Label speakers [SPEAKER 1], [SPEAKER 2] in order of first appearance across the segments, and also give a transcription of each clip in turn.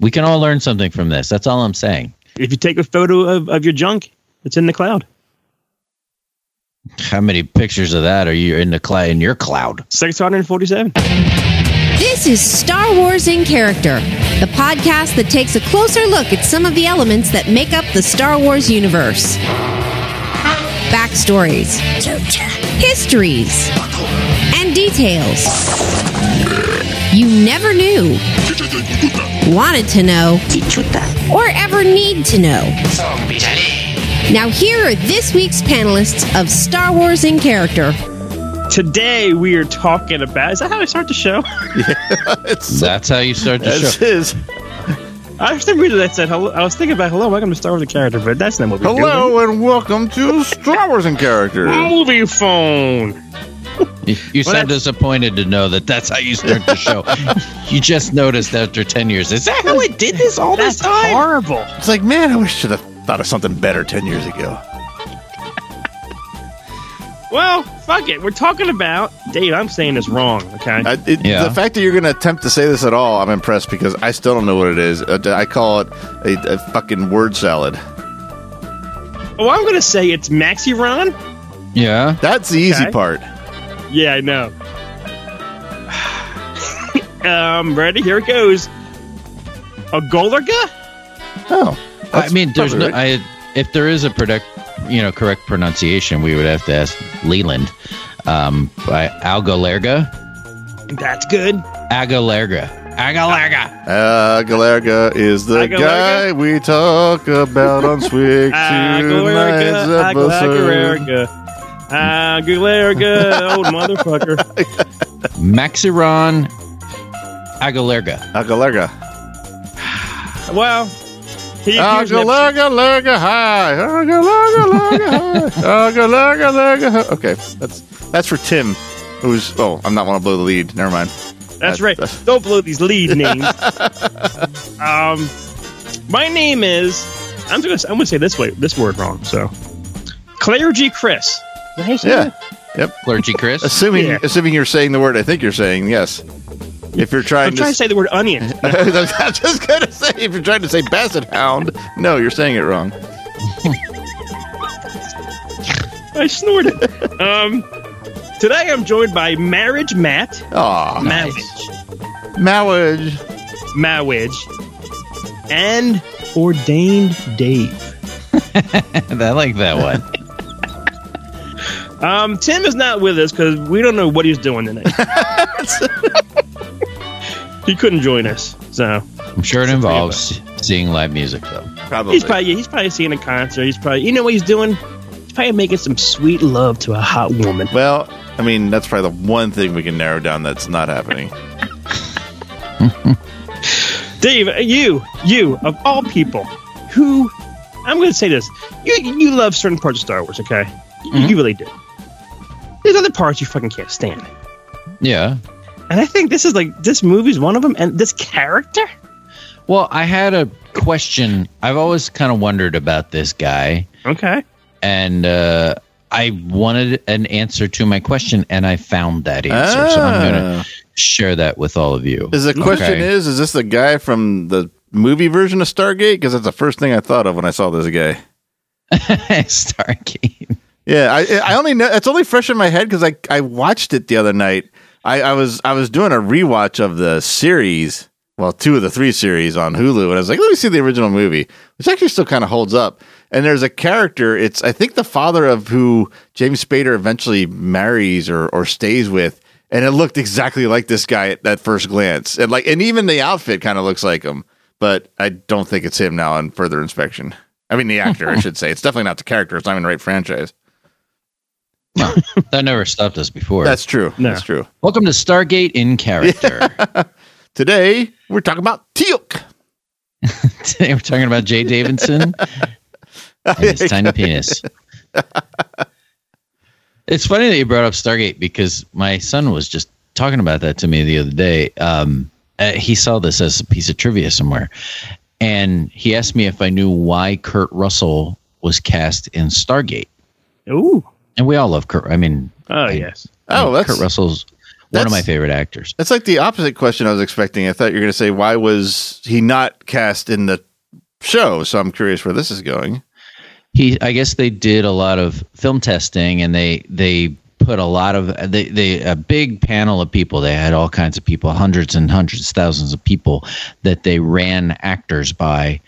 [SPEAKER 1] We can all learn something from this. That's all I'm saying.
[SPEAKER 2] If you take a photo of, of your junk, it's in the cloud.
[SPEAKER 1] How many pictures of that are you in the cloud in your cloud?
[SPEAKER 2] 647.
[SPEAKER 3] This is Star Wars in Character, the podcast that takes a closer look at some of the elements that make up the Star Wars universe. Backstories, histories, and details you never knew, wanted to know, or ever need to know. Now, here are this week's panelists of Star Wars in Character.
[SPEAKER 2] Today we are talking about. Is that how I start the show?
[SPEAKER 4] it's
[SPEAKER 1] That's how you start the
[SPEAKER 4] that's
[SPEAKER 1] show.
[SPEAKER 4] his.
[SPEAKER 2] I was thinking that said hello. I was thinking about hello. Welcome to Star Wars the character, but that's not what we're doing.
[SPEAKER 4] Hello and welcome to Star Wars and Character.
[SPEAKER 2] Movie phone.
[SPEAKER 1] You, you
[SPEAKER 2] Well,
[SPEAKER 1] sound
[SPEAKER 2] that's-
[SPEAKER 1] disappointed to know that that's how you start the show. you just noticed after 10 years. Is that how I did this all
[SPEAKER 2] That's
[SPEAKER 1] this time?
[SPEAKER 2] horrible.
[SPEAKER 4] It's like, man, I wish I should have thought of something better ten years ago.
[SPEAKER 2] Well, fuck it. We're talking about Dave. I'm saying this wrong. Okay.
[SPEAKER 4] I, it,
[SPEAKER 1] Yeah.
[SPEAKER 4] The fact that you're going to attempt to say this at all, I'm impressed because I still don't know what it is. Uh, I call it a, a fucking word salad.
[SPEAKER 2] oh, I'm gonna say it's Maxiron.
[SPEAKER 1] Yeah.
[SPEAKER 4] That's the easy
[SPEAKER 2] Okay.
[SPEAKER 4] part.
[SPEAKER 2] Yeah, I know. um, ready? Here it goes. A Golarga?
[SPEAKER 4] Oh,
[SPEAKER 1] I mean, there's no,
[SPEAKER 4] probably
[SPEAKER 1] I, if there is a product, you know, correct pronunciation, we would have to ask Leland. Um, by Algalerga,
[SPEAKER 2] That's good.
[SPEAKER 1] Agalerga, Agalerga.
[SPEAKER 4] uh, Galarga is the
[SPEAKER 2] Agalarga?
[SPEAKER 4] guy we talk about on Swig tonight's
[SPEAKER 2] Aguilarga,
[SPEAKER 4] episode.
[SPEAKER 2] Aguilarga, Aguilarga, old motherfucker.
[SPEAKER 1] Maxiron, Agalerga.
[SPEAKER 4] Agalarga.
[SPEAKER 2] Well, he, he was an episode-
[SPEAKER 4] Agalarga, larga, hi. Agalarga, larga, hi. Agalarga, larga, hi. Okay, that's that's for Tim, who's oh, I'm not want to blow the lead. Never mind.
[SPEAKER 2] that's right. Don't blow these lead names. um, my name is. I'm gonna. I'm gonna say this way. This word wrong. So, clergy Chris. Did I say
[SPEAKER 4] Yeah.
[SPEAKER 2] that?
[SPEAKER 1] Clergy Chris.
[SPEAKER 4] Assuming
[SPEAKER 2] Yeah.
[SPEAKER 4] assuming you're saying the word I think you're saying, yes. If you're trying,
[SPEAKER 2] I'm trying to say the word onion.
[SPEAKER 4] I was just gonna say if you're trying to say basset hound, no, you're saying it wrong.
[SPEAKER 2] I snorted. um, today I'm joined by Marriage Matt.
[SPEAKER 4] Aw,
[SPEAKER 2] Marriage.
[SPEAKER 4] marriage.
[SPEAKER 2] Marriage. And Ordained Dave.
[SPEAKER 1] I like that one.
[SPEAKER 2] Um, Tim is not with us because we don't know what he's doing tonight. he couldn't join us. So
[SPEAKER 1] I'm sure it involves seeing live music, though.
[SPEAKER 4] Probably.
[SPEAKER 2] he's probably he's probably seeing a concert. He's probably you know what he's doing? He's probably making some sweet love to a hot woman.
[SPEAKER 4] well, I mean, that's probably the one thing we can narrow down that's not happening.
[SPEAKER 2] Dave, uh, you, you of all people, who I'm going to say this, you you love certain parts of Star Wars, okay? You-
[SPEAKER 1] Mm-hmm.
[SPEAKER 2] You really do. There's other parts you fucking can't stand,
[SPEAKER 1] Yeah.
[SPEAKER 2] and I think this is like this movie's one of them, and this character.
[SPEAKER 1] Well, I had a question. I've always kind of wondered about this guy,
[SPEAKER 2] Okay.
[SPEAKER 1] and uh, I wanted an answer to my question, and I found that answer. So I'm going
[SPEAKER 4] Ah.
[SPEAKER 1] to share that with all of you.
[SPEAKER 4] Is the question
[SPEAKER 1] Okay.
[SPEAKER 4] is is this the guy from the movie version of Stargate? Because that's the first thing I thought of when I saw this guy.
[SPEAKER 1] Stargate.
[SPEAKER 4] Yeah, I I only know it's only fresh in my head because I I watched it the other night. I, I was I was doing a rewatch of the series, well, two of the three series on Hulu, and I was like, let me see the original movie, which actually still kind of holds up. And there's a character. It's I think the father of who James Spader eventually marries or or stays with, and it looked exactly like this guy at that first glance, and like and even the outfit kind of looks like him. But I don't think it's him now on further inspection. I mean, the actor, I should say. It's definitely not the character. It's not even the right franchise.
[SPEAKER 1] That never stopped us before.
[SPEAKER 4] That's true.
[SPEAKER 2] No.
[SPEAKER 4] That's true.
[SPEAKER 1] Welcome to Stargate in character.
[SPEAKER 4] Today we're talking about teal'c.
[SPEAKER 1] Today we're talking about Jay Davidson and his tiny penis. It's funny that you brought up Stargate because my son was just talking about that to me the other day. Um, uh, he saw this as a piece of trivia somewhere, and he asked me if I knew why Kurt Russell was cast in Stargate.
[SPEAKER 2] Ooh.
[SPEAKER 1] And we all love Kurt. I mean,
[SPEAKER 2] Oh yes.
[SPEAKER 4] Oh, that's
[SPEAKER 1] Kurt Russell's one of
[SPEAKER 4] That's-
[SPEAKER 1] my favorite actors.
[SPEAKER 4] That's like the opposite question I was expecting. I thought you were going to say, why was he not cast in the show? So I'm curious where this is going.
[SPEAKER 1] He, I guess they did a lot of film testing, and they they put a lot of they they a big panel of people. They had all kinds of people, hundreds and hundreds, thousands of people that they ran actors by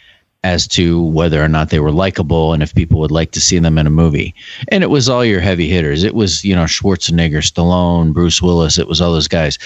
[SPEAKER 1] as to whether or not they were likable and if people would like to see them in a movie. And it was all your heavy hitters. It was you know Schwarzenegger, Stallone, Bruce Willis. It was all those guys.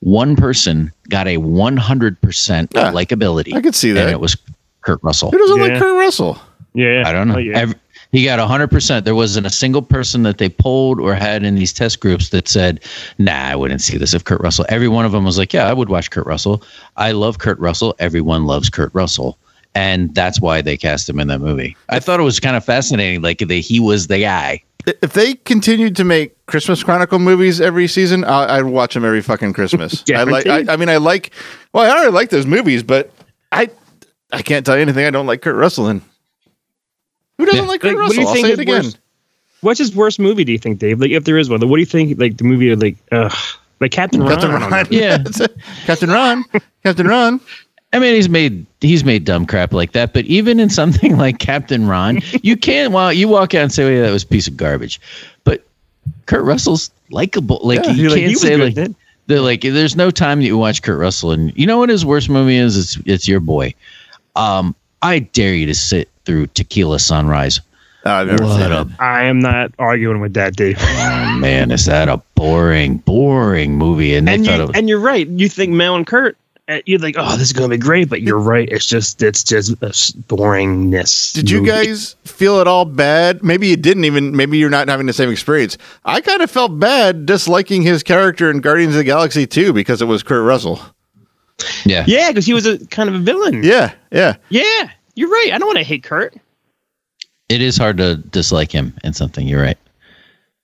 [SPEAKER 1] One person got a 100%
[SPEAKER 4] Yeah,
[SPEAKER 1] likability.
[SPEAKER 4] I could see that.
[SPEAKER 1] And it was Kurt Russell.
[SPEAKER 4] Who doesn't like
[SPEAKER 2] Yeah.
[SPEAKER 4] Kurt Russell?
[SPEAKER 2] Yeah.
[SPEAKER 1] I don't know.
[SPEAKER 2] Oh, yeah.
[SPEAKER 1] Every- he got 100%. There wasn't a single person that they polled or had in these test groups that said, nah, I wouldn't see this if Kurt Russell. Every one of them was like, yeah, I would watch Kurt Russell. I love Kurt Russell. Everyone loves Kurt Russell. And that's why they cast him in that movie. I thought it was kind of fascinating. Like, that he was the guy.
[SPEAKER 4] If they continued to make Christmas Chronicle movies every season, I, I'd watch them every fucking Christmas. I like. I, I mean, I like. Well, I already like those movies, but I, I can't tell you anything I don't like Kurt Russell in. Who doesn't
[SPEAKER 1] Yeah.
[SPEAKER 4] like Kurt
[SPEAKER 2] Like, what do
[SPEAKER 4] Russell?
[SPEAKER 2] you
[SPEAKER 4] I'll
[SPEAKER 2] think
[SPEAKER 4] say it
[SPEAKER 2] is
[SPEAKER 4] again.
[SPEAKER 2] worse? What's his worst movie? Do you think, Dave? Like, if there is one, like, what do you think? Like the movie, like, ugh, like Captain Ron.
[SPEAKER 4] Captain
[SPEAKER 2] I don't know.
[SPEAKER 4] Ron.
[SPEAKER 1] Yeah.
[SPEAKER 4] Captain Ron. Captain Ron.
[SPEAKER 1] I mean, he's made he's made dumb crap like that, but even in something like Captain Ron, you can't. Well, you walk out and say, "Yeah, that was a piece of garbage," but Kurt Russell's likable. Like
[SPEAKER 2] Yeah,
[SPEAKER 1] you
[SPEAKER 2] you're like,
[SPEAKER 1] can't
[SPEAKER 2] he was
[SPEAKER 1] say
[SPEAKER 2] good
[SPEAKER 1] like
[SPEAKER 2] at it.
[SPEAKER 1] they're like. There's no time that you watch Kurt Russell, and you know what his worst movie is? It's it's your boy. Um, I dare you to sit through Tequila Sunrise.
[SPEAKER 4] Oh, I've never
[SPEAKER 1] What
[SPEAKER 4] seen
[SPEAKER 1] a
[SPEAKER 4] it.
[SPEAKER 2] I am not arguing with that, Dave.
[SPEAKER 1] man! Is that a boring, boring movie? And they
[SPEAKER 2] and
[SPEAKER 1] thought it
[SPEAKER 2] you,
[SPEAKER 1] was,
[SPEAKER 2] and you're right. You think Mel and Kurt. uh, You think, oh, this is gonna be great, but you're right. It's just, it's just a s- boringness.
[SPEAKER 4] Did you
[SPEAKER 2] movie.
[SPEAKER 4] guys feel at all bad? Maybe you didn't even. Maybe you're not having the same experience. I kind of felt bad disliking his character in Guardians of the Galaxy 2 because it was Kurt Russell.
[SPEAKER 1] yeah,
[SPEAKER 2] Yeah, because he was a kind of a villain.
[SPEAKER 4] Yeah, yeah.
[SPEAKER 2] Yeah, you're right. I don't want to hate Kurt.
[SPEAKER 1] it is hard to dislike him in something. You're right.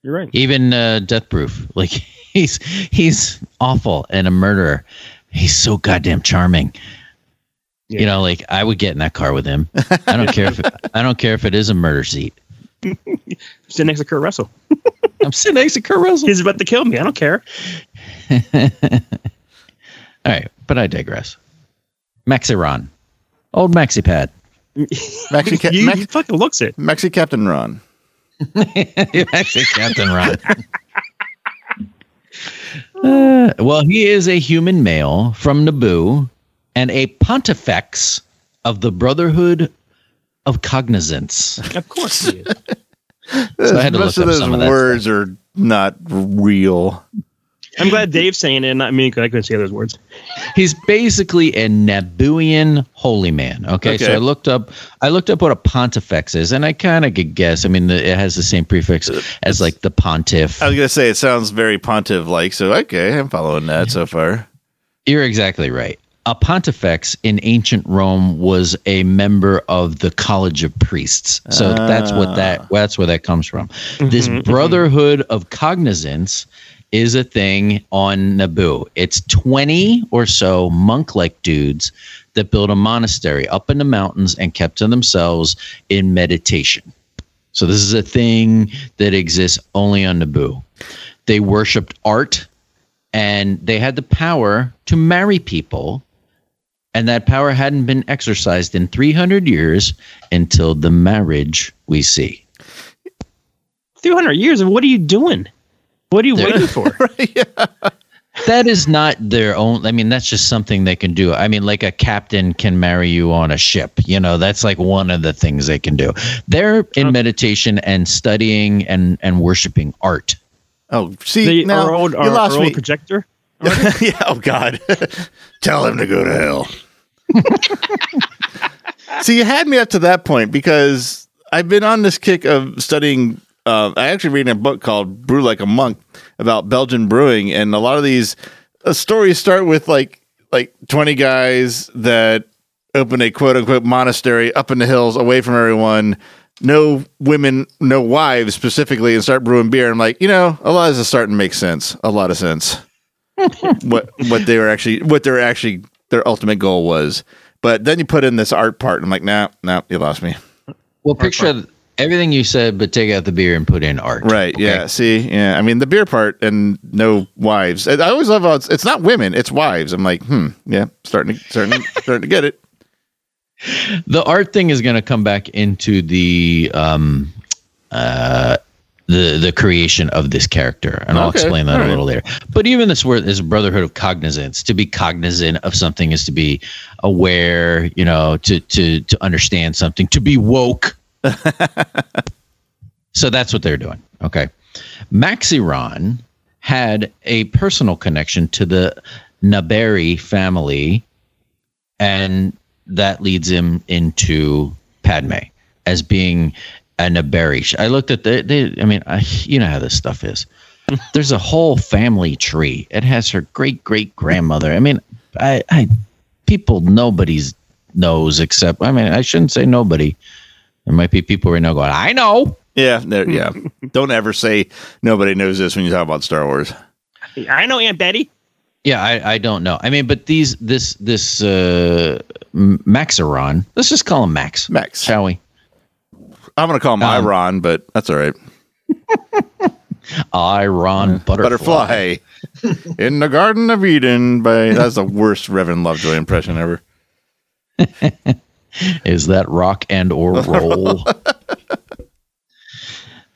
[SPEAKER 2] You're right.
[SPEAKER 1] even uh, death proof like he's he's awful and a murderer he's so goddamn charming
[SPEAKER 2] Yeah.
[SPEAKER 1] you know like i would get in that car with him i don't care if i don't care if it is a murder seat
[SPEAKER 2] Sit next to Kurt Russell.
[SPEAKER 1] i'm sitting next to kurt russell
[SPEAKER 2] He's about to kill me. I don't care.
[SPEAKER 1] all right but i digress maxiron old maxipad
[SPEAKER 4] Maxi, Ca-
[SPEAKER 2] You,
[SPEAKER 4] Max-
[SPEAKER 2] he fucking looks it.
[SPEAKER 4] Maxi Captain Ron.
[SPEAKER 1] Maxi captain ron Uh, well he is a human male from naboo and a pontifex of the brotherhood of cognizance
[SPEAKER 2] Of course he is.
[SPEAKER 1] I had to
[SPEAKER 4] Most
[SPEAKER 1] look
[SPEAKER 4] of
[SPEAKER 1] up
[SPEAKER 4] those
[SPEAKER 1] some of that
[SPEAKER 4] words are not real.
[SPEAKER 2] I'm glad Dave's saying it, and not me because I couldn't say those words.
[SPEAKER 1] He's basically a Nabooian holy man. Okay?
[SPEAKER 4] Okay.
[SPEAKER 1] so I looked up, I looked up what a pontifex is, and I kind of could guess. I mean, the, it has the same prefix as like the pontiff.
[SPEAKER 4] I was gonna say it sounds very pontiff like. So okay, I'm following that so far.
[SPEAKER 1] You're exactly right. A pontifex in ancient Rome was a member of the College of Priests. So that's what that that's where that comes from. this brotherhood of cognizance is a thing on Naboo. It's 20 or so monk-like dudes that built a monastery up in the mountains and kept to themselves in meditation. So this is a thing that exists only on Naboo. They worshipped art and they had the power to marry people and that power hadn't been exercised in 300 years until the marriage we see
[SPEAKER 2] 300 years of what are you doing? What are you waiting for?
[SPEAKER 1] that is not their own i mean that's just something they can do i mean like a captain can marry you on a ship you know that's like one of the things they can do they're in meditation and studying and and worshiping art
[SPEAKER 4] Oh, see
[SPEAKER 2] The,
[SPEAKER 4] now
[SPEAKER 2] our old,
[SPEAKER 4] you
[SPEAKER 2] our,
[SPEAKER 4] lost
[SPEAKER 2] our old
[SPEAKER 4] me.
[SPEAKER 2] projector.
[SPEAKER 4] yeah. Oh God, tell him to go to hell. so you had me up to that point because I've been on this kick of studying. Uh, I actually reading a book called "Brew Like a Monk" about Belgian brewing, and a lot of these uh, stories start with like like twenty guys that open a quote unquote monastery up in the hills, away from everyone. No women, no wives specifically, and start brewing beer. I'm like, you know, a lot of this is starting to make sense. A lot of sense what what they were actually what their actually their ultimate goal was. But then you put in this art part, and I'm like, nah, nah, you lost me.
[SPEAKER 1] Well, picture everything you said, but take out the beer and put in art.
[SPEAKER 4] Right.
[SPEAKER 1] okay?
[SPEAKER 4] Yeah. See. Yeah. I mean, the beer part and no wives. I, I always love how it's, it's not women, it's wives. I'm like, hmm. Yeah. Starting to starting starting to get it.
[SPEAKER 1] The art thing is going to come back into the um, uh, the the creation of this character, and I'll
[SPEAKER 4] Okay,
[SPEAKER 1] explain that
[SPEAKER 4] all
[SPEAKER 1] a little later. But even this word is brotherhood of cognizance. To be cognizant of something is to be aware. You know, to to to understand something. To be woke. so that's what they're doing. Okay, Maxiron had a personal connection to the Naberi family and that leads him into Padme as being a Naberish. I looked at the, they, I mean, I, you know how this stuff is. There's a whole family tree. It has her great great grandmother. I mean, I, I, people nobody's knows except. I mean, I shouldn't say nobody. There might be people right now going, I know.
[SPEAKER 4] Yeah. There. Yeah. Don't ever say nobody knows this when you talk about Star Wars.
[SPEAKER 2] I know Aunt Betty.
[SPEAKER 1] Yeah, I, I don't know. I mean, but these this this uh, M- Maxeron. Let's just call him Max.
[SPEAKER 4] Max.
[SPEAKER 1] shall we?
[SPEAKER 4] I'm gonna call him
[SPEAKER 1] Um,
[SPEAKER 4] Iron, but that's all right.
[SPEAKER 1] Iron Butterfly.
[SPEAKER 4] Butterfly. in the Garden of Eden. By that's the worst Reverend Lovejoy impression ever.
[SPEAKER 1] is that rock and or roll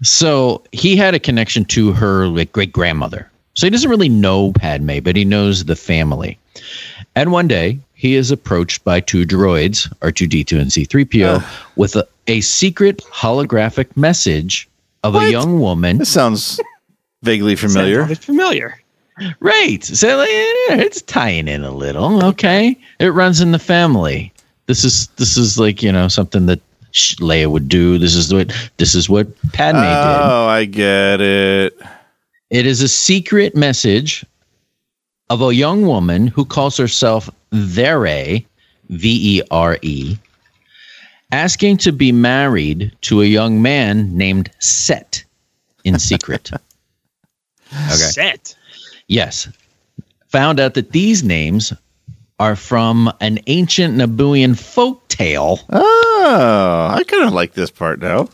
[SPEAKER 1] so he had a connection to her like great grandmother so he doesn't really know padme but he knows the family and one day he is approached by two droids r2d2 and c3po with a, a secret holographic message of a young woman
[SPEAKER 4] This sounds vaguely familiar.
[SPEAKER 2] Sounds familiar.
[SPEAKER 1] right so like, eh, it's tying in a little okay it runs in the family this is this is like you know something that Sh- Leia would do. This is what this is what Padme did.
[SPEAKER 4] Oh, I get it.
[SPEAKER 1] It is a secret message of a young woman who calls herself Vere, V E R E, asking to be married to a young man named Set in secret. okay.
[SPEAKER 2] Set.
[SPEAKER 1] Yes. Found out that these names are from an ancient Nabooian folk tale.
[SPEAKER 4] Oh, I kind of like this part now.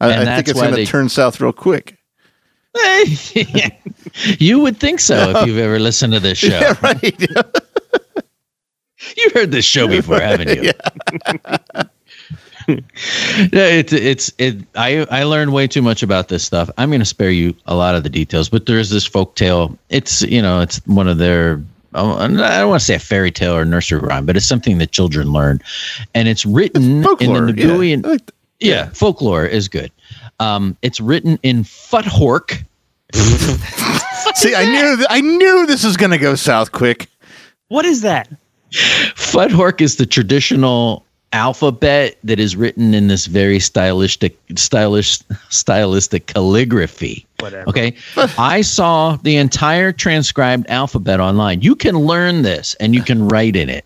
[SPEAKER 4] I,
[SPEAKER 1] And
[SPEAKER 4] I think
[SPEAKER 1] that's
[SPEAKER 4] it's
[SPEAKER 1] why
[SPEAKER 4] going to
[SPEAKER 1] they-
[SPEAKER 4] turn south real quick.
[SPEAKER 1] you would think so if you've ever listened to this show.
[SPEAKER 4] right.
[SPEAKER 1] You've heard this show before, haven't you? yeah, it's it's it. I I learned way too much about this stuff. I'm going to spare you a lot of the details, but there is this folk tale. It's you know, it's one of their. oh, I don't want to say a fairy tale or nursery rhyme, but it's something that children learn, and it's written
[SPEAKER 4] Folklore.
[SPEAKER 1] in the
[SPEAKER 4] yeah.
[SPEAKER 1] Nabooian.
[SPEAKER 4] I like th-
[SPEAKER 1] Yeah, folklore is good. Um, it's written in Futhork.
[SPEAKER 4] See, I knew th- I knew this was going to go south quick.
[SPEAKER 2] What is that?
[SPEAKER 1] Futhork is the traditional alphabet that is written in this very stylistic, stylish, stylistic calligraphy.
[SPEAKER 2] Whatever.
[SPEAKER 1] Okay, I saw the entire transcribed alphabet online. You can learn this, and you can write in it.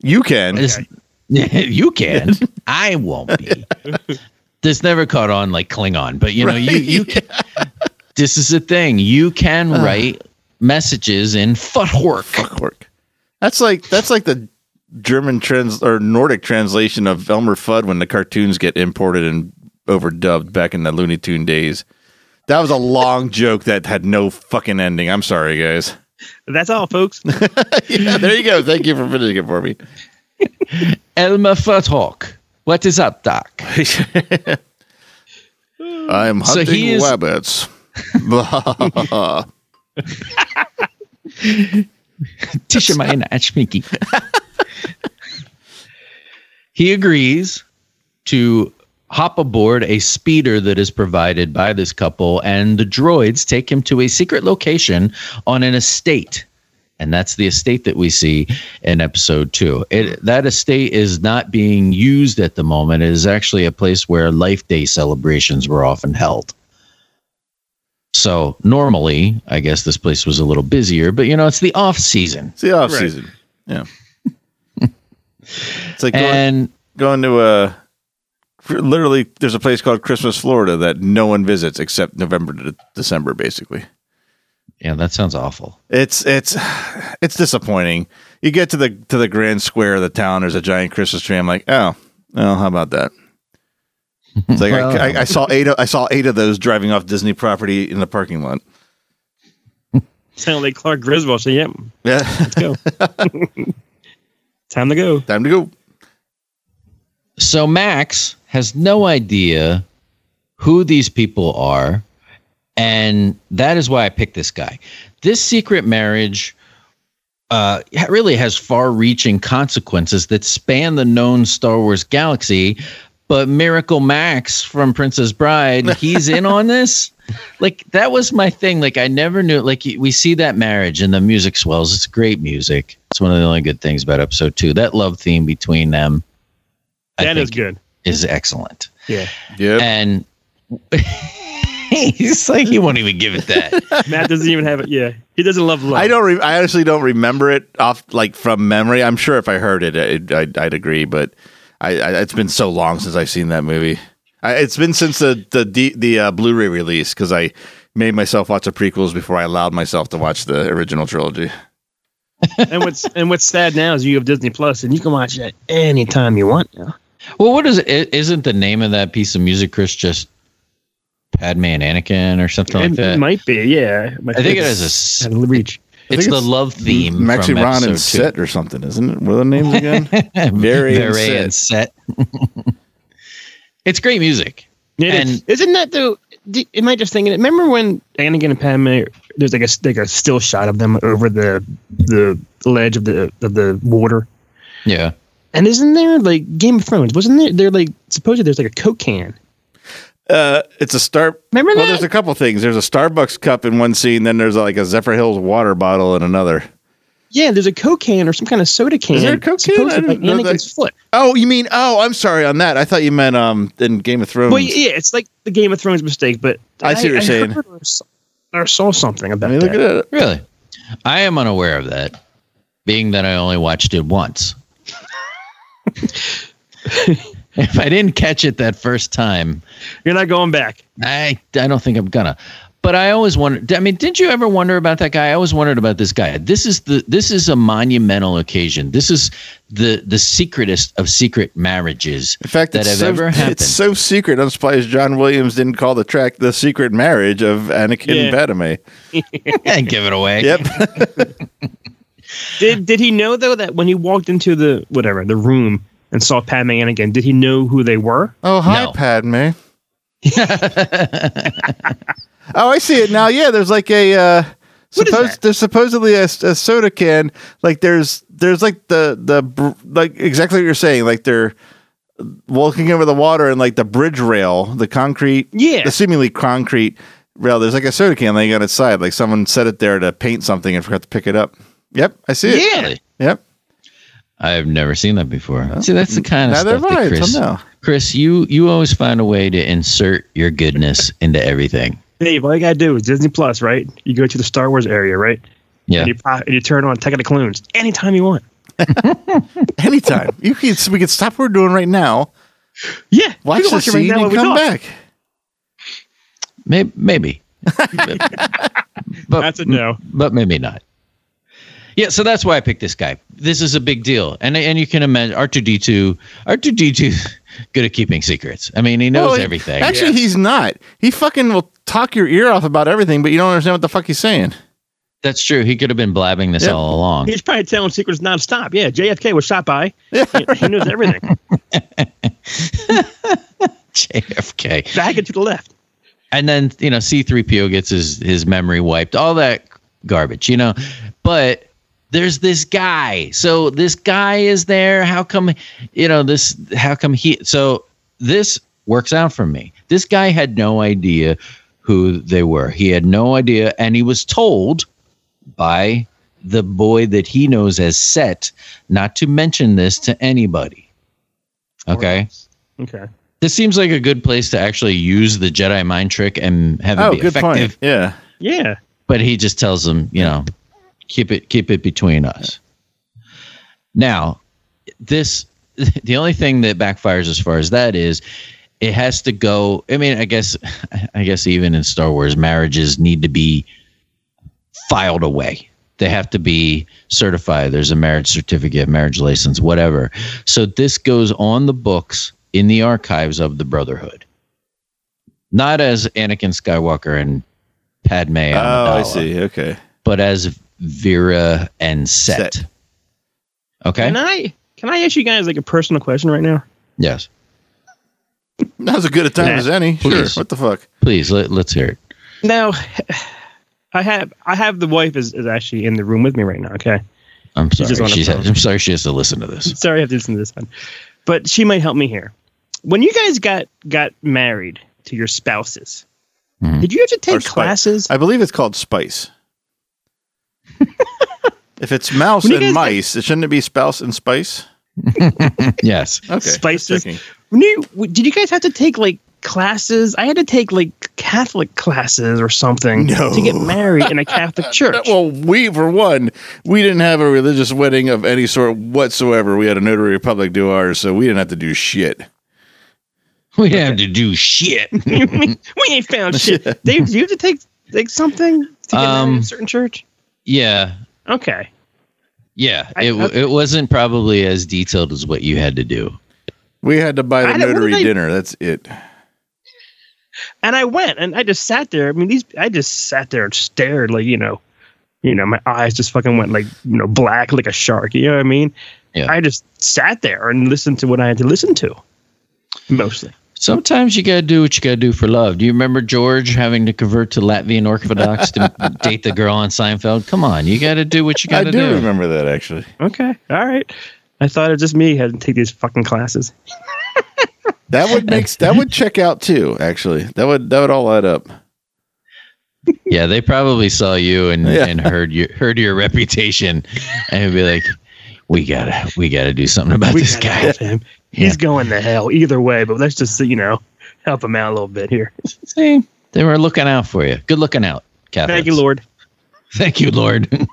[SPEAKER 4] You can.
[SPEAKER 1] This- you can. I won't be. This never caught on like Klingon, but you know, you
[SPEAKER 4] Right,
[SPEAKER 1] you can. This is the thing. You can write messages in Futhork.
[SPEAKER 4] Clockwork. That's like that's like the German trans or Nordic translation of Elmer Fudd when the cartoons get imported and overdubbed back in the Looney Tune days. That was a long joke that had no fucking ending. I'm sorry, guys.
[SPEAKER 2] That's all, folks.
[SPEAKER 4] yeah, there you go. Thank you for finishing it for me.
[SPEAKER 1] Elma Futhork. What is up, Doc?
[SPEAKER 4] I'm
[SPEAKER 1] So
[SPEAKER 4] hunting
[SPEAKER 1] he is-
[SPEAKER 4] rabbits.
[SPEAKER 1] Tisha Mayan Achmiki. he agrees to hop aboard a speeder that is provided by this couple, and the droids take him to a secret location on an estate. And that's the estate that we see in episode two. It, that estate is not being used at the moment. It is actually a place where Life Day celebrations were often held. So normally, I guess this place was a little busier, but you know, it's the off season.
[SPEAKER 4] it's the off
[SPEAKER 2] Right.
[SPEAKER 4] season. Yeah. It's like going,
[SPEAKER 1] and
[SPEAKER 4] going to a literally there's a place called Christmas Florida that no one visits except November to December basically.
[SPEAKER 1] yeah, that sounds awful.
[SPEAKER 4] It's it's it's disappointing. You get to the to the grand square of the town. There's a giant Christmas tree. I'm like, oh, well, how about that? It's like
[SPEAKER 1] Well.
[SPEAKER 4] I, I, I saw eight. Of, I saw eight of those driving off Disney property in the parking lot.
[SPEAKER 2] Sound like Clark Griswold. So yeah,
[SPEAKER 4] Yeah,
[SPEAKER 2] time to go.
[SPEAKER 4] time to go.
[SPEAKER 1] So Max has no idea who these people are, and that is why I picked this guy. This secret marriage uh, ha- really has far-reaching consequences that span the known Star Wars galaxy. But Miracle Max from Princess Bride, he's in on this. Like that was my thing. Like I never knew. Like we see that marriage and the music swells. It's great music. It's one of the only good things about episode two. That love theme between them. I
[SPEAKER 2] That is
[SPEAKER 1] think
[SPEAKER 2] good.
[SPEAKER 1] is excellent.
[SPEAKER 2] Yeah,
[SPEAKER 4] Yep.
[SPEAKER 1] And he's like, he won't even give it that.
[SPEAKER 2] Matt doesn't even have it. Yeah, he doesn't love love.
[SPEAKER 4] I don't. Re- I honestly don't remember it off like from memory. I'm sure if I heard it, I'd, I'd, I'd agree. But I, I, it's been so long since I've seen that movie. I, it's been since the the D, the uh, Blu-ray release because I made myself watch the prequels before I allowed myself to watch the original trilogy.
[SPEAKER 2] And what's and what's sad now is you have Disney Plus and you can watch it anytime you want now.
[SPEAKER 1] well, what is it? Isn't the name of that piece of music, Chris, just Padme and Anakin or something
[SPEAKER 2] It,
[SPEAKER 1] like that?
[SPEAKER 2] it might be. Yeah, might
[SPEAKER 1] I think it
[SPEAKER 2] be.
[SPEAKER 1] has a s-
[SPEAKER 2] Out of reach.
[SPEAKER 4] I
[SPEAKER 1] it's
[SPEAKER 4] think
[SPEAKER 1] the
[SPEAKER 4] it's
[SPEAKER 1] love theme. from
[SPEAKER 4] Maxi Ron and
[SPEAKER 1] episode
[SPEAKER 4] Set or something, isn't it? What are the names again?
[SPEAKER 1] two.
[SPEAKER 4] Very and
[SPEAKER 1] Very and set. it's great music.
[SPEAKER 2] It is.
[SPEAKER 1] And-
[SPEAKER 2] Isn't that though? d- Am I just thinking? it? Remember when Anakin and Padme? There's like a like a still shot of them over the the ledge of the of the water.
[SPEAKER 1] Yeah.
[SPEAKER 2] And isn't there like Game of Thrones? Wasn't there? They're like supposedly there's like a Coke can.
[SPEAKER 4] Uh, it's a star.
[SPEAKER 2] Remember
[SPEAKER 4] Well,
[SPEAKER 2] that?
[SPEAKER 4] there's a couple things. There's a Starbucks cup in one scene. Then there's like a Zephyr Hills water bottle in another.
[SPEAKER 2] yeah, there's a Coke can or some kind of soda can.
[SPEAKER 4] there a Coke can? I
[SPEAKER 2] supposedly
[SPEAKER 4] didn't know
[SPEAKER 2] by
[SPEAKER 4] that.
[SPEAKER 2] Anakin's foot.
[SPEAKER 4] Oh, you mean? Oh, I'm sorry on that. I thought you meant um in Game of Thrones.
[SPEAKER 2] Well, yeah, it's like the Game of Thrones mistake, but
[SPEAKER 4] I see what you're saying.
[SPEAKER 2] heard Or, s- or saw something
[SPEAKER 4] I
[SPEAKER 2] about
[SPEAKER 4] mean,
[SPEAKER 2] that.
[SPEAKER 4] look at it.
[SPEAKER 1] Really? I am unaware of that, being that I only watched it once. if I didn't catch it that first time,
[SPEAKER 2] You're not going back.
[SPEAKER 1] I I don't think I'm gonna. But I always wondered. I mean, did you ever wonder about that guy? I always wondered about this guy. This is the this is a monumental occasion. This is the the secretest of secret marriages
[SPEAKER 4] In fact,
[SPEAKER 1] that
[SPEAKER 4] it's
[SPEAKER 1] have
[SPEAKER 4] so,
[SPEAKER 1] ever happened.
[SPEAKER 4] It's so secret. I'm surprised John Williams didn't call the track "The Secret Marriage of Anakin
[SPEAKER 2] Yeah.
[SPEAKER 4] and Padme."
[SPEAKER 1] and give it away.
[SPEAKER 4] Yep.
[SPEAKER 2] Did did he know though that when he walked into the whatever the room and saw Padme and Anakin, did he know who they were?
[SPEAKER 4] oh, hi,
[SPEAKER 1] No.
[SPEAKER 4] Padme. oh, I see it now. Yeah, there's like a uh,
[SPEAKER 2] What is
[SPEAKER 4] supposed
[SPEAKER 2] that?
[SPEAKER 4] there's supposedly a, a soda can. Like there's there's like the the br- like exactly what you're saying. Like they're walking over the water and like the bridge rail, the concrete,
[SPEAKER 2] Yeah.
[SPEAKER 4] the seemingly concrete rail. There's like a soda can laying on its side. Like someone set it there to paint something and forgot to pick it up. Yep, I see it.
[SPEAKER 1] Really?
[SPEAKER 4] Yep.
[SPEAKER 1] I've never seen that before. See, that's the kind of
[SPEAKER 4] Neither
[SPEAKER 1] stuff
[SPEAKER 4] have
[SPEAKER 1] that
[SPEAKER 4] I until
[SPEAKER 1] Chris.
[SPEAKER 4] now.
[SPEAKER 1] Chris, you you always find a way to insert your goodness into everything.
[SPEAKER 2] Dave, all you gotta do is Disney Plus, right? You go to the Star Wars area, right?
[SPEAKER 1] Yeah.
[SPEAKER 2] And you, pop- and you turn on Attack of the Clones anytime you want.
[SPEAKER 4] Anytime you can, we can stop what we're doing right now.
[SPEAKER 2] Yeah,
[SPEAKER 4] Watch
[SPEAKER 2] we can
[SPEAKER 4] the
[SPEAKER 2] watch it right
[SPEAKER 4] scene
[SPEAKER 2] now
[SPEAKER 4] and
[SPEAKER 2] when we talk.
[SPEAKER 4] come back.
[SPEAKER 1] Maybe. maybe. but,
[SPEAKER 2] That's a no.
[SPEAKER 4] Mm-hmm.
[SPEAKER 1] But maybe not. Yeah, so that's why I picked this guy. This is a big deal, and and you can imagine R two D two, R two D two, good at keeping secrets. I mean, he knows
[SPEAKER 4] Well, he-
[SPEAKER 1] everything.
[SPEAKER 4] Actually, he's not. He fucking will talk your ear off about everything, but you don't understand what the fuck he's saying.
[SPEAKER 1] that's true. He could have been blabbing this
[SPEAKER 4] Yep.
[SPEAKER 1] all along.
[SPEAKER 2] He's probably telling secrets nonstop. Yeah, JFK was shot by. he, he knows everything.
[SPEAKER 1] JFK.
[SPEAKER 2] Back and to the left.
[SPEAKER 1] and then you know c3po gets his his memory wiped all that garbage you know but there's this guy so this guy is there how come you know this how come he so this works out for me this guy had no idea who they were he had no idea and he was told by the boy that he knows as set not to mention this to anybody okay
[SPEAKER 2] Okay.
[SPEAKER 1] this seems like a good place to actually use the Jedi mind trick and have it
[SPEAKER 4] Oh,
[SPEAKER 1] be
[SPEAKER 4] good
[SPEAKER 1] effective.
[SPEAKER 4] point. Oh, Yeah.
[SPEAKER 2] Yeah.
[SPEAKER 1] But he just tells them, you know, keep it keep it between us. Now, this the only thing that backfires as far as that is it has to go I mean, I guess I guess even in Star Wars marriages need to be filed away. They have to be certified. There's a marriage certificate, marriage license, whatever. So this goes on the books in the archives of the Brotherhood, not as Anakin Skywalker and Padme.
[SPEAKER 4] Oh, I
[SPEAKER 1] Amidala,
[SPEAKER 4] see. Okay.
[SPEAKER 1] But as Vera and Set.
[SPEAKER 4] Set.
[SPEAKER 1] Okay.
[SPEAKER 2] Can I can I ask you guys like a personal question right now?
[SPEAKER 1] yes.
[SPEAKER 4] Now's as good a time
[SPEAKER 2] Nah,
[SPEAKER 4] as any. Sure.
[SPEAKER 1] please.
[SPEAKER 4] What the fuck?
[SPEAKER 1] Please let, let's hear it.
[SPEAKER 2] Now, I have I have the wife is, is actually in the room with me right now. Okay,
[SPEAKER 1] I'm
[SPEAKER 2] She's just
[SPEAKER 1] sorry.
[SPEAKER 2] on her
[SPEAKER 1] She's,
[SPEAKER 2] phone.
[SPEAKER 1] I'm sorry. She has to listen to this.
[SPEAKER 2] sorry I have to listen to this one, but she might help me here. When you guys got got married to your spouses,
[SPEAKER 1] Mhm.
[SPEAKER 2] did you have to
[SPEAKER 4] Or
[SPEAKER 2] take
[SPEAKER 4] spice.
[SPEAKER 2] classes?
[SPEAKER 4] I believe it's called spice. if it's mouse
[SPEAKER 2] When you
[SPEAKER 4] and
[SPEAKER 2] guys-
[SPEAKER 4] mice, it shouldn't it be spouse and spice?
[SPEAKER 1] Yes.
[SPEAKER 4] Okay.
[SPEAKER 2] Spices.
[SPEAKER 4] just checking.
[SPEAKER 2] When you, w- did you guys have to take like classes? I had to take like Catholic classes or something
[SPEAKER 4] No.
[SPEAKER 2] to get married in a Catholic church.
[SPEAKER 4] Well, we for one, we didn't have a religious wedding of any sort whatsoever. We had a notary public do ours, so we didn't have to do shit.
[SPEAKER 1] We didn't have to do shit.
[SPEAKER 2] we ain't found shit. Dave, do you have to take like something to get married in
[SPEAKER 1] Um,
[SPEAKER 2] a certain church?
[SPEAKER 1] yeah.
[SPEAKER 2] Okay.
[SPEAKER 1] Yeah.
[SPEAKER 2] I-
[SPEAKER 1] It, w it wasn't probably as detailed as what you had to do.
[SPEAKER 4] We had to buy
[SPEAKER 2] I
[SPEAKER 4] the
[SPEAKER 2] don't- what
[SPEAKER 4] notary
[SPEAKER 2] did I-
[SPEAKER 4] dinner. That's it.
[SPEAKER 2] And I went and I just sat there. I mean, these I just sat there and stared like you know, you know, my eyes just fucking went like you know black like a shark. You know what I mean?
[SPEAKER 1] Yeah.
[SPEAKER 2] I just sat there and listened to what I had to listen to, mostly.
[SPEAKER 1] Sometimes you got to do what you got to do for love. Do you remember George having to convert to Latvian Orthodox to date the girl on Seinfeld? Come on. You got to do what you
[SPEAKER 4] I
[SPEAKER 1] got
[SPEAKER 4] do,
[SPEAKER 1] to do.
[SPEAKER 4] remember that actually.
[SPEAKER 2] Okay, all right. I thought it was just me had to take these fucking classes.
[SPEAKER 4] That would make that would check out too. Actually, that would that would all add up.
[SPEAKER 1] Yeah, they probably saw you and,
[SPEAKER 4] Yeah.
[SPEAKER 1] and heard your heard your reputation and be like, We gotta we gotta do something about
[SPEAKER 2] We
[SPEAKER 1] this
[SPEAKER 2] gotta
[SPEAKER 1] guy.
[SPEAKER 2] help him. He's going to hell either way, but let's just you know help him out a little bit here.
[SPEAKER 1] See, they were looking out for you. Good looking out, Catholics.
[SPEAKER 2] Thank you, Lord.
[SPEAKER 1] Thank you, Lord.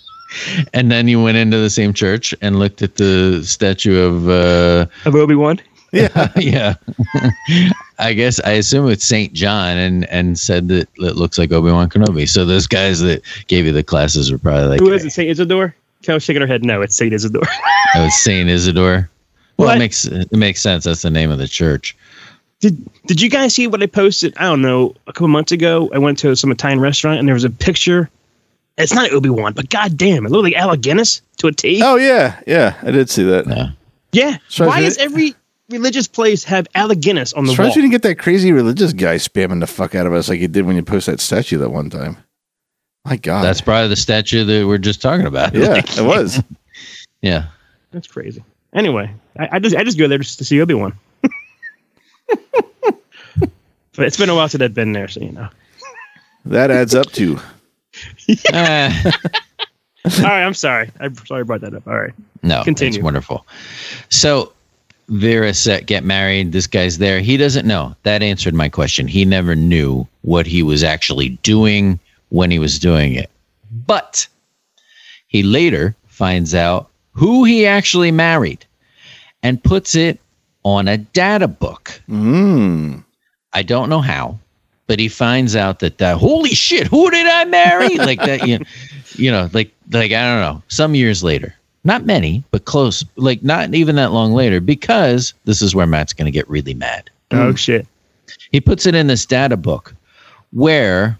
[SPEAKER 1] and then you went into the same church and looked at the statue of, uh,
[SPEAKER 2] Of Obi Wan.
[SPEAKER 1] yeah, I guess I assume it's Saint John, and and said that it looks like Obi Wan Kenobi. So those guys that gave you the classes were probably like,
[SPEAKER 2] Who is it? Saint Isidore. Kel's shaking her head. No, it's Saint Isidore.
[SPEAKER 1] Oh, it's Saint Isidore. Well,
[SPEAKER 2] What?
[SPEAKER 1] it makes it makes sense. That's the name of the church.
[SPEAKER 2] Did Did you guys see what I posted? I don't know. A couple months ago, I went to some Italian restaurant and there was a picture. It's not Obi Wan, but goddamn, it looked like Alec Guinness to a T.
[SPEAKER 4] Oh yeah, yeah, I did see that.
[SPEAKER 1] Yeah.
[SPEAKER 2] yeah.
[SPEAKER 4] Sorry,
[SPEAKER 2] Why
[SPEAKER 4] is
[SPEAKER 2] does
[SPEAKER 4] it-
[SPEAKER 2] every religious place have Alec Guinness on the
[SPEAKER 4] Surprised
[SPEAKER 2] wall?
[SPEAKER 4] you didn't get that crazy religious guy spamming the fuck out of us like he did when you post that statue that one time. My God,
[SPEAKER 1] That's probably the statue that we we're just talking about.
[SPEAKER 4] yeah,
[SPEAKER 1] Like,
[SPEAKER 4] it was.
[SPEAKER 1] yeah.
[SPEAKER 2] That's crazy. Anyway, I, I just I just go there just to see Obi Wan. but it's been a while since I've been there, so you know.
[SPEAKER 4] That adds up to.
[SPEAKER 1] Ah.
[SPEAKER 2] All right, I'm sorry. I'm sorry I brought that up. All right.
[SPEAKER 1] No,
[SPEAKER 2] Continue.
[SPEAKER 1] it's wonderful. So Vera set get married. This guy's there. He doesn't know. That answered my question. He never knew what he was actually doing when he was doing it. But he later finds out who he actually married and puts it on a data book.
[SPEAKER 4] Mm.
[SPEAKER 1] I don't know how, but he finds out that uh, holy shit, who did I marry? like that, you, you know, like like I don't know. Some years later, not many, but close. Like not even that long later, because this is where Matt's going to get really mad.
[SPEAKER 4] Hmm.
[SPEAKER 2] Oh shit.
[SPEAKER 1] He puts it in this data book where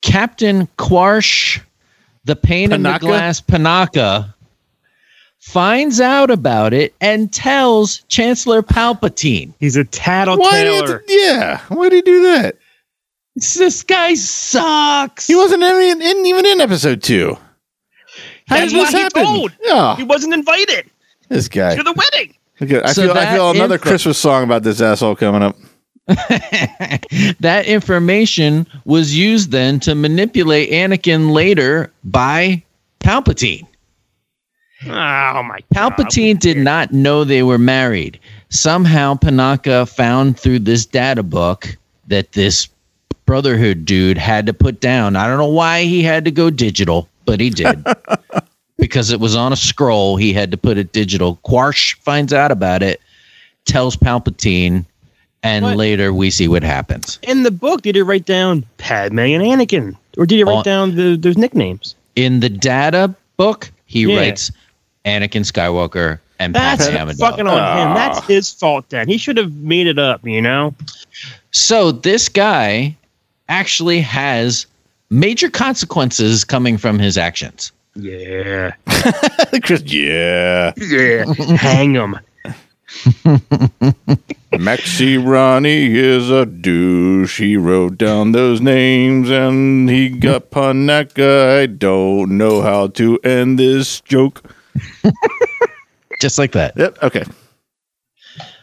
[SPEAKER 1] Captain Quarsh, the pain in the
[SPEAKER 4] Panaka?
[SPEAKER 1] glass Panaka, finds out about it and tells Chancellor Palpatine.
[SPEAKER 2] He's a
[SPEAKER 4] Why did
[SPEAKER 2] tattletailer.
[SPEAKER 4] yeah? Why did he do that?
[SPEAKER 1] This guy sucks.
[SPEAKER 4] He wasn't even in, even in episode two. How
[SPEAKER 2] That's
[SPEAKER 4] did this
[SPEAKER 2] why he
[SPEAKER 4] happen?
[SPEAKER 2] told.
[SPEAKER 4] Yeah,
[SPEAKER 2] He wasn't invited
[SPEAKER 4] this guy.
[SPEAKER 2] to the wedding.
[SPEAKER 4] Okay, I
[SPEAKER 1] So
[SPEAKER 4] feel I
[SPEAKER 1] that
[SPEAKER 4] feel another
[SPEAKER 1] info-
[SPEAKER 4] Christmas song about this asshole coming up.
[SPEAKER 1] that information was used then to manipulate Anakin later by Palpatine.
[SPEAKER 2] Oh my God.
[SPEAKER 1] Palpatine did not know they were married. Somehow, Panaka found through this data book that this Brotherhood dude had to put down. I don't know why he had to go digital, but he did. because it was on a scroll, he had to put it digital. Quarsh finds out about it, tells Palpatine, and
[SPEAKER 2] What?
[SPEAKER 1] later we see what happens.
[SPEAKER 2] In the book, did he write down Padme and Anakin, or did he write
[SPEAKER 1] On-
[SPEAKER 2] down the, those nicknames?
[SPEAKER 1] in the data book, he
[SPEAKER 2] Yeah.
[SPEAKER 1] writes Anakin Skywalker and
[SPEAKER 2] That's
[SPEAKER 1] Pat Hamada.
[SPEAKER 2] fucking on him.
[SPEAKER 4] Ah.
[SPEAKER 2] That's his fault. Then he should have made it up. You know.
[SPEAKER 1] So this guy actually has major consequences coming from his actions.
[SPEAKER 2] Yeah.
[SPEAKER 4] Chris, yeah.
[SPEAKER 2] Yeah. Hang him.
[SPEAKER 4] Maxi Ronnie is a douche. He wrote down those names and he got Panaka. I don't know how to end this joke.
[SPEAKER 1] Just like that.
[SPEAKER 4] Yep. Okay.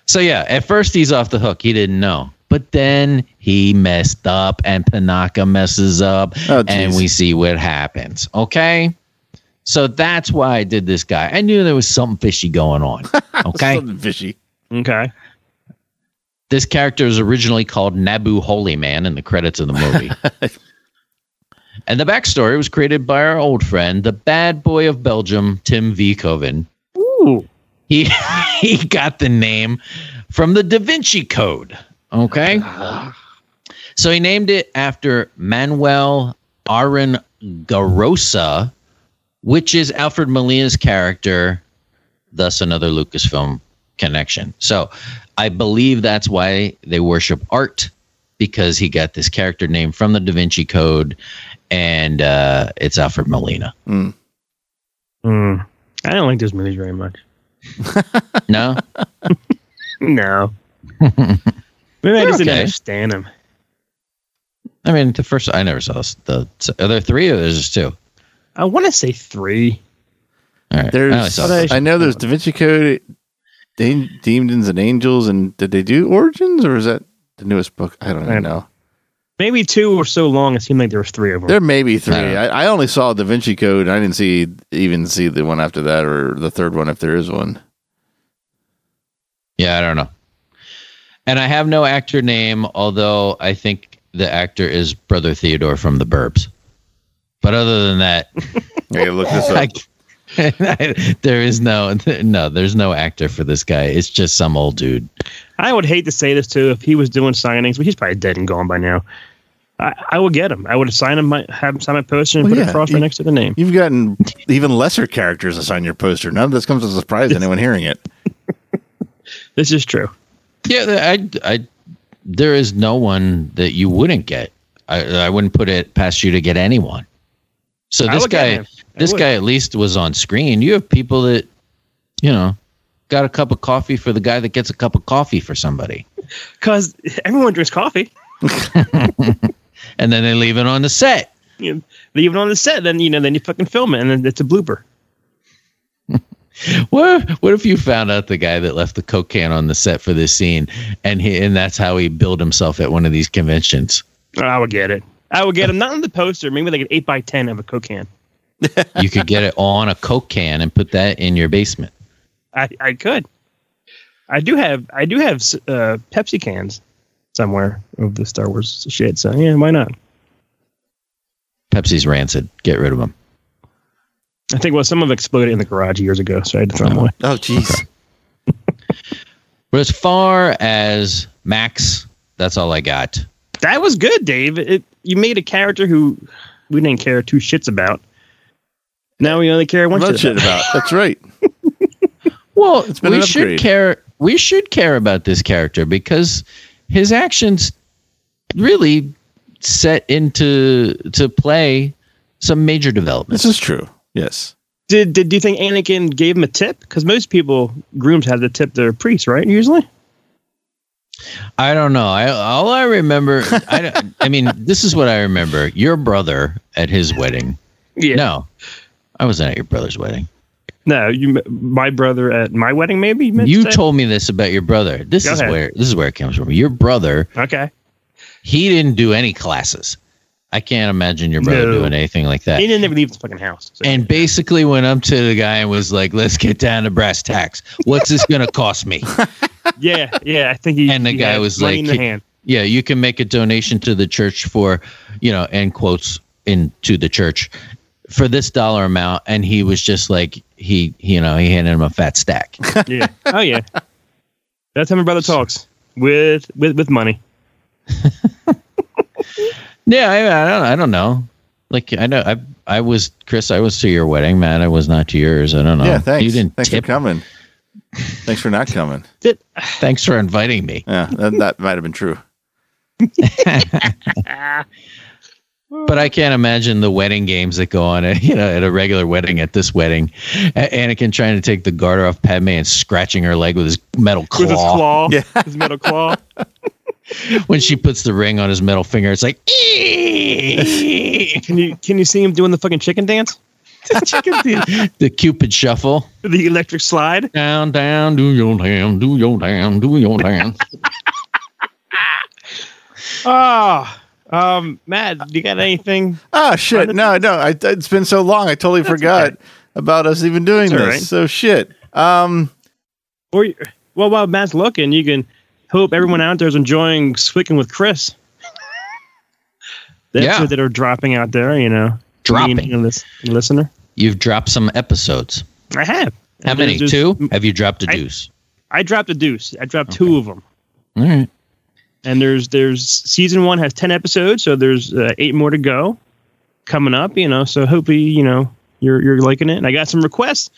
[SPEAKER 1] So yeah, at first he's off the hook. He didn't know. But then he messed up and Tanaka messes up
[SPEAKER 4] Oh,
[SPEAKER 1] and
[SPEAKER 4] geez.
[SPEAKER 1] we see what happens. Okay? So that's why I did this guy. I knew there was something fishy going on. Okay?
[SPEAKER 4] Something fishy.
[SPEAKER 2] Okay.
[SPEAKER 1] this character was originally called Nabu Holy Man in the credits of the movie. and the backstory was created by our old friend, the bad boy of Belgium, Tim V. Coven.
[SPEAKER 2] Ooh.
[SPEAKER 1] He he got the name from the Da Vinci Code. Okay. So he named it after Manuel Aran Garosa, which is Alfred Molina's character, thus another Lucasfilm connection. So I believe that's why they worship art, because he got this character name from the Da Vinci Code, and uh, it's Alfred Molina.
[SPEAKER 2] Mm. I don't like those movies very much.
[SPEAKER 1] No?
[SPEAKER 2] No. Maybe I
[SPEAKER 1] They're
[SPEAKER 2] just didn't
[SPEAKER 1] okay.
[SPEAKER 2] understand him.
[SPEAKER 1] I mean, the first I never saw this. The are there three or there's two?
[SPEAKER 2] I want to say three.
[SPEAKER 1] All right, I only
[SPEAKER 4] There's,
[SPEAKER 1] saw
[SPEAKER 4] I,
[SPEAKER 1] the first.
[SPEAKER 4] know there's Da Vinci Code, De- Demons and Angels, and did they do Origins or is that the newest book? I don't
[SPEAKER 2] I-
[SPEAKER 4] even know.
[SPEAKER 2] Maybe two or so long. It seemed like there was three of them.
[SPEAKER 4] There may be three.
[SPEAKER 1] don't know.
[SPEAKER 4] I, I only saw Da Vinci Code. I didn't see even see the one after that or the third one if there is one.
[SPEAKER 1] yeah, I don't know. And I have no actor name, although I think the actor is Brother Theodore from The Burbs. But other than that,
[SPEAKER 4] Hey, look this up.
[SPEAKER 1] I, there is no no. There's no actor for this guy. It's just some old dude.
[SPEAKER 2] I would hate to say this too. If he was doing signings, but he's probably dead and gone by now. I, I would get him. I would sign him, my, have him sign my poster, and
[SPEAKER 4] Well,
[SPEAKER 2] put
[SPEAKER 4] yeah.
[SPEAKER 2] a cross right
[SPEAKER 4] You-
[SPEAKER 2] next to the name.
[SPEAKER 4] You've gotten even lesser characters assigned your poster. None of this comes as a surprise to anyone hearing it.
[SPEAKER 2] This is true.
[SPEAKER 1] Yeah, I, I there is no one that you wouldn't get. I I wouldn't put it past you to get anyone. So
[SPEAKER 2] I
[SPEAKER 1] this
[SPEAKER 2] would get
[SPEAKER 1] guy.
[SPEAKER 2] him. I
[SPEAKER 1] this
[SPEAKER 2] would.
[SPEAKER 1] guy at least was on screen. You have people that, you know, got a cup of coffee for the guy that gets a cup of coffee for somebody,
[SPEAKER 2] because everyone drinks coffee.
[SPEAKER 1] and then they leave it on the set.
[SPEAKER 2] You know, they even on the set, then you know, then you fucking film it, and then it's a blooper.
[SPEAKER 1] What what if you found out the guy that left the coke can on the set for this scene, and he and that's how he billed himself at one of these conventions?
[SPEAKER 2] I would get it. I would get him not on the poster, maybe like an eight by ten of a Coke can.
[SPEAKER 1] You could get it on a coke can and put that in your basement.
[SPEAKER 2] I, I could. I do have I do have uh, Pepsi cans somewhere of the Star Wars shit. So yeah, why not?
[SPEAKER 1] Pepsi's rancid. Get rid of them.
[SPEAKER 2] I think well, some of it exploded in the garage years ago, so I had to throw them away.
[SPEAKER 4] Oh, jeez.
[SPEAKER 1] But as far as Max, that's all I got.
[SPEAKER 2] That was good, Dave. It, you made a character who we didn't care two shits about. Now we only care one
[SPEAKER 4] What
[SPEAKER 2] shit.
[SPEAKER 4] shit
[SPEAKER 2] about.
[SPEAKER 4] about? That's right.
[SPEAKER 1] Well,
[SPEAKER 4] been
[SPEAKER 1] we
[SPEAKER 4] an
[SPEAKER 1] should
[SPEAKER 4] upgrade.
[SPEAKER 1] care. We should care about this character because his actions really set into to play some major developments.
[SPEAKER 4] This is true. Yes.
[SPEAKER 2] Did, did do you think Anakin gave him a tip? Because most people grooms have to tip their priest, right? Usually.
[SPEAKER 1] I don't know. I all I remember. I, don't- I mean, this is what I remember. Your brother at his wedding.
[SPEAKER 2] Yeah.
[SPEAKER 1] No, I wasn't at your brother's wedding.
[SPEAKER 2] No, you. My brother at my wedding, maybe. You, meant
[SPEAKER 1] You
[SPEAKER 2] to say?
[SPEAKER 1] told me this about your brother. This
[SPEAKER 2] Go
[SPEAKER 1] is
[SPEAKER 2] ahead.
[SPEAKER 1] where this is where it comes from. Your brother.
[SPEAKER 2] Okay.
[SPEAKER 1] He didn't do any classes. I can't imagine your brother
[SPEAKER 2] No.
[SPEAKER 1] doing anything like that.
[SPEAKER 2] He didn't ever leave the fucking house. so-
[SPEAKER 1] and basically went up to the guy and was like, "Let's get down to brass tacks. What's this going to cost me?"
[SPEAKER 2] yeah, yeah. I think he.
[SPEAKER 1] And the
[SPEAKER 2] he
[SPEAKER 1] guy
[SPEAKER 2] had
[SPEAKER 1] was
[SPEAKER 2] money
[SPEAKER 1] like,
[SPEAKER 2] in the
[SPEAKER 1] "Kid-
[SPEAKER 2] hand.
[SPEAKER 1] Yeah, you can make a donation to the church for, you know, end quotes into the church for this dollar amount. And he was just like, he, you know, he handed him a fat stack.
[SPEAKER 2] Yeah. Oh yeah. That's how my brother talks with with with money.
[SPEAKER 1] yeah, I, I don't, I don't know. Like I know, I, I was Chris. I was to your wedding, man. I was not to yours. I don't know.
[SPEAKER 4] Yeah, thanks.
[SPEAKER 1] You didn't
[SPEAKER 4] thanks
[SPEAKER 1] tip.
[SPEAKER 4] for coming. Thanks for not coming.
[SPEAKER 2] Did,
[SPEAKER 1] Thanks for inviting me.
[SPEAKER 4] Yeah, that, that might have been true.
[SPEAKER 1] But I can't imagine the wedding games that go on, at, you know, at a regular wedding. At this wedding, A- Anakin trying to take the garter off Padme and scratching her leg with his metal claw.
[SPEAKER 2] with his claw, his metal claw.
[SPEAKER 1] When she puts the ring on his metal finger, it's like. "Eeeeee."
[SPEAKER 2] Can you can you see him doing the fucking chicken dance?
[SPEAKER 1] Check out the, the Cupid shuffle.
[SPEAKER 2] The electric slide?
[SPEAKER 1] Down, down, do your down, do your down, do your down.
[SPEAKER 2] Oh, um, Matt, you got anything?
[SPEAKER 4] Oh shit! No, no. I, it's been so long. I totally forgot about us even doing
[SPEAKER 2] That's all
[SPEAKER 4] this.
[SPEAKER 2] right.
[SPEAKER 4] So shit. Um,
[SPEAKER 2] Or you- well, while Matt's looking, you can hope everyone out there is enjoying Squicking with Chris. The
[SPEAKER 1] Yeah.
[SPEAKER 2] episodes that are dropping out there, you know,
[SPEAKER 1] Dropping.
[SPEAKER 2] being a lis- listener.
[SPEAKER 1] You've dropped some episodes.
[SPEAKER 2] I have.
[SPEAKER 1] How
[SPEAKER 2] And
[SPEAKER 1] many?
[SPEAKER 2] there's-
[SPEAKER 1] Two? Have you dropped a
[SPEAKER 2] I-
[SPEAKER 1] deuce?
[SPEAKER 2] I dropped a deuce. I dropped two of them.
[SPEAKER 1] All right.
[SPEAKER 2] and there's there's season one has 10 episodes so there's uh, eight more to go coming up you know so hopefully you know you're you're liking it and i got some requests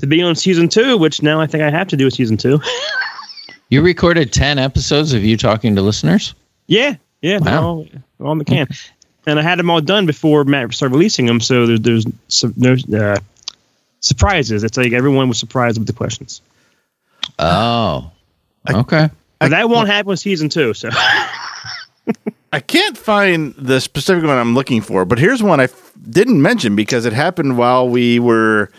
[SPEAKER 2] to be on season two which now i think i have to do a season two
[SPEAKER 1] You recorded 10 episodes of you talking to listeners?
[SPEAKER 2] yeah yeah they're
[SPEAKER 1] Wow.
[SPEAKER 2] all, they're all in the can and i had them all done before matt started releasing them so there's there's some no uh, surprises it's like everyone was surprised with the questions
[SPEAKER 1] Oh. Okay.
[SPEAKER 2] but that won't happen with season two so
[SPEAKER 4] I can't find the specific one I'm looking for, but here's one I f- didn't mention because it happened while we were